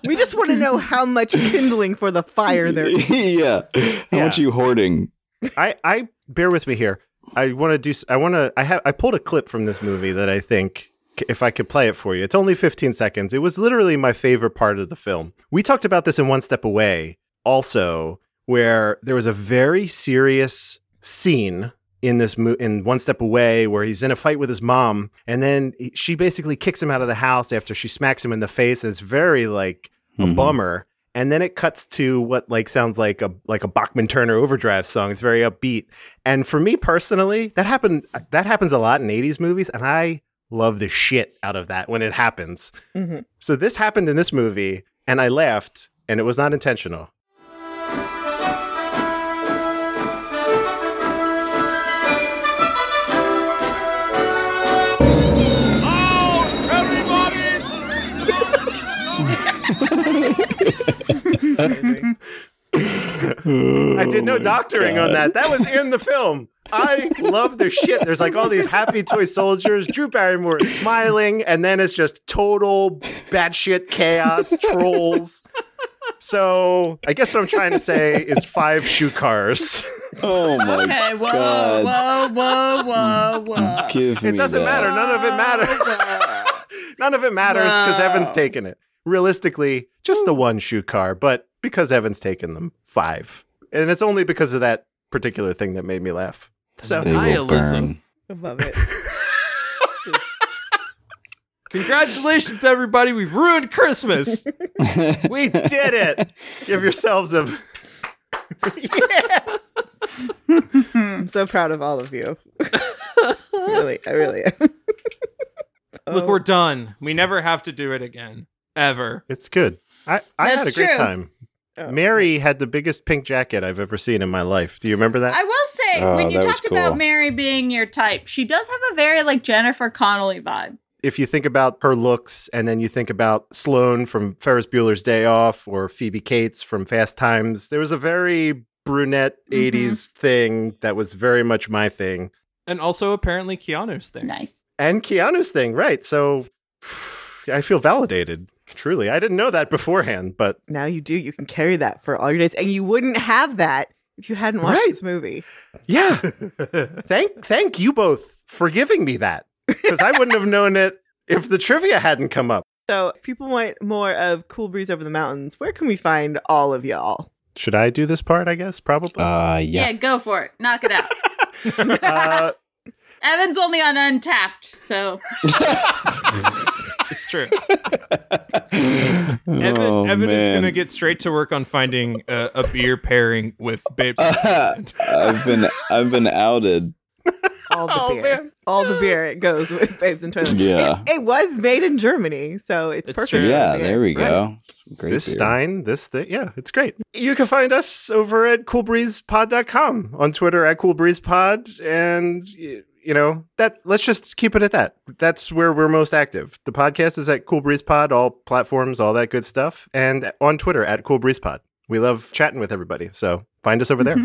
[SPEAKER 1] We just want to know how much kindling for the fire there is.
[SPEAKER 4] yeah. How
[SPEAKER 3] Yeah. much
[SPEAKER 4] you hoarding?
[SPEAKER 3] I, I bear with me here. I want to do. s- I want to. I have. I pulled a clip from this movie that I think, c- if I could play it for you, it's only 15 seconds. It was literally my favorite part of the film. We talked about this in One Step Away, also, where there was a very serious scene in this mo- in One Step Away where he's in a fight with his mom, and then he- she basically kicks him out of the house after she smacks him in the face, and it's very like a
[SPEAKER 4] Mhm.
[SPEAKER 3] bummer. And then it cuts to what like sounds like a like a Bachman Turner overdrive song. It's very upbeat. And for me personally, that happened that happens a lot in 80s movies, and I love the shit out of that when it happens.
[SPEAKER 1] Mhm.
[SPEAKER 3] So this happened in this movie, and I laughed, and it was not intentional. I did
[SPEAKER 4] Oh
[SPEAKER 3] no doctoring on that. That was in the film. I love the shit. There's like all these happy toy soldiers. Drew Barrymore is smiling, and then it's just total batshit chaos, trolls. So I guess what I'm trying to say is five shoe cars.
[SPEAKER 4] Oh my
[SPEAKER 5] Okay, whoa,
[SPEAKER 4] god.
[SPEAKER 5] whoa, whoa, whoa, whoa.
[SPEAKER 4] Give
[SPEAKER 3] It
[SPEAKER 4] me
[SPEAKER 3] doesn't
[SPEAKER 4] that.
[SPEAKER 3] matter. None of it matters. None of it matters because
[SPEAKER 5] Wow.
[SPEAKER 3] Evan's taken it. Realistically, just the one shoe car, but because Evan's taken them, five. And it's only because of that particular thing that made me laugh. So
[SPEAKER 4] They will burn.
[SPEAKER 2] Nihilism.
[SPEAKER 1] I love it.
[SPEAKER 2] Congratulations, everybody. We've ruined Christmas.
[SPEAKER 3] we did it. Give yourselves a. yeah.
[SPEAKER 1] I'm so proud of all of you. really, I really am.
[SPEAKER 2] Look,
[SPEAKER 1] Oh,
[SPEAKER 2] we're done. We never have to do it again. Ever.
[SPEAKER 3] It's good. I, I had
[SPEAKER 5] That's
[SPEAKER 3] a great
[SPEAKER 5] true.
[SPEAKER 3] time.
[SPEAKER 1] oh.
[SPEAKER 3] Mary had the biggest pink jacket I've ever seen in my life. Do you remember that?
[SPEAKER 5] I will say,
[SPEAKER 4] Oh,
[SPEAKER 5] when you
[SPEAKER 4] that was
[SPEAKER 5] talked about
[SPEAKER 4] cool.
[SPEAKER 5] Mary being your type, she does have a very like Jennifer Connolly vibe.
[SPEAKER 3] if you think about her looks and then you think about Sloane from Ferris Bueller's Day Off or Phoebe Cates from Fast Times, there was a very brunette
[SPEAKER 5] Mm-hmm.
[SPEAKER 3] 80s thing that was very much my thing.
[SPEAKER 2] And also, apparently, Keanu's there.
[SPEAKER 5] Nice.
[SPEAKER 3] And Keanu's thing, right. So I feel validated. Truly. I didn't know that beforehand, but
[SPEAKER 1] Now you do. You can carry that for all your days, and you wouldn't have that if you hadn't watched
[SPEAKER 3] Right.
[SPEAKER 1] this movie.
[SPEAKER 3] Yeah. thank thank you both for giving me that. Because I wouldn't have known it if the trivia hadn't come up.
[SPEAKER 1] So, if people want more of Cool Breeze Over the Mountains, where can we find all of y'all?
[SPEAKER 3] Should I do this part, I guess? Probably.
[SPEAKER 4] Uh,
[SPEAKER 5] Yeah.
[SPEAKER 4] yeah.
[SPEAKER 5] go for it. Knock it out.
[SPEAKER 3] Uh,
[SPEAKER 5] Evan's only on Untapped, so
[SPEAKER 2] It's true. Evan,
[SPEAKER 4] Evan,
[SPEAKER 2] Evan is going to
[SPEAKER 4] to
[SPEAKER 2] get straight to work on finding uh, a beer pairing with Babe.
[SPEAKER 4] I've been I've been outed.
[SPEAKER 1] All the beer, all the beer it goes with Babes in Toyland.
[SPEAKER 4] Yeah.
[SPEAKER 1] it, it was made in Germany, so it's,
[SPEAKER 2] It's
[SPEAKER 1] perfect.
[SPEAKER 2] true.
[SPEAKER 1] for
[SPEAKER 4] Yeah,
[SPEAKER 1] beer.
[SPEAKER 4] there we go. Great
[SPEAKER 3] this
[SPEAKER 4] beer.
[SPEAKER 3] Stein, this thing. Yeah, it's great. You can find us over at coolbreezepod.com on Twitter at coolbreezepod. And, y- you know, that let's just keep it at that. That's where we're most active. The podcast is at coolbreezepod, all platforms, all that good stuff. And on Twitter at coolbreezepod. We love chatting with everybody. So find us over there.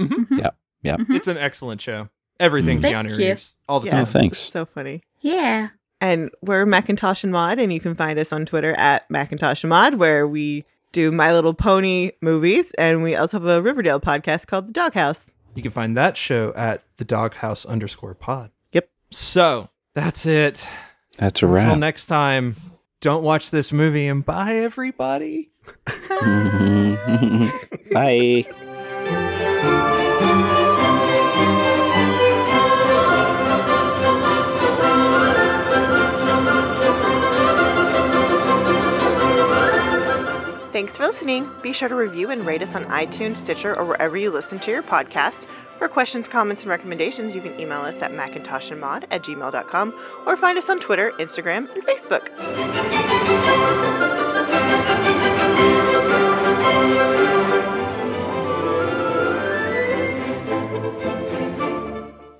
[SPEAKER 5] Mm-hmm.
[SPEAKER 2] It's an excellent show. Everything
[SPEAKER 5] Thank
[SPEAKER 2] Keanu
[SPEAKER 5] you.
[SPEAKER 2] Reeves. All the
[SPEAKER 1] Yeah.
[SPEAKER 4] Oh,
[SPEAKER 2] time.
[SPEAKER 4] thanks.
[SPEAKER 1] So funny.
[SPEAKER 5] yeah.
[SPEAKER 1] And we're Macintosh and Mod, and you can find us on Twitter at Macintosh and Mod, where we do My Little Pony movies, and we also have a Riverdale podcast called The Doghouse.
[SPEAKER 2] You can find that show at the doghouse underscore pod.
[SPEAKER 1] Yep.
[SPEAKER 2] So that's it.
[SPEAKER 4] That's a
[SPEAKER 2] Until
[SPEAKER 4] wrap.
[SPEAKER 2] next time, don't watch this movie and bye, everybody.
[SPEAKER 4] Bye.
[SPEAKER 1] Thanks for listening. Be sure to review and rate us on iTunes, Stitcher, or wherever you listen to your podcast. For questions, comments, and recommendations, you can email us at macintoshandmod at gmail.com or find us on Twitter, Instagram, and Facebook.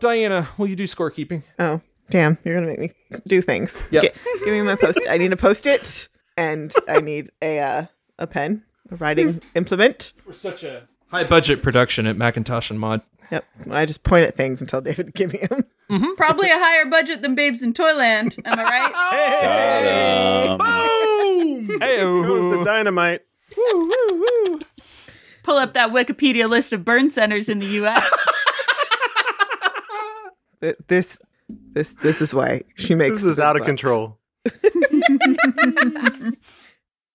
[SPEAKER 2] Diana, will you do scorekeeping?
[SPEAKER 1] Oh, damn. You're going to make me do things.
[SPEAKER 2] Yep.
[SPEAKER 1] Gi- give me my post. I need a post it and I need a uh, a pen, a writing implement.
[SPEAKER 2] We're such a high budget production at Macintosh and Mod.
[SPEAKER 1] Yep. I just point at things and tell David to give me them.
[SPEAKER 5] Probably a higher budget than Babes in Toyland. Am I right?
[SPEAKER 4] Got 'em.
[SPEAKER 3] Boom!
[SPEAKER 2] Hey,
[SPEAKER 3] Goes the dynamite.
[SPEAKER 5] Pull up that Wikipedia list of burn centers in the U.S.
[SPEAKER 1] Th- This, this, this is why she makes.
[SPEAKER 3] This is
[SPEAKER 1] big
[SPEAKER 3] out of
[SPEAKER 1] bucks.
[SPEAKER 3] control.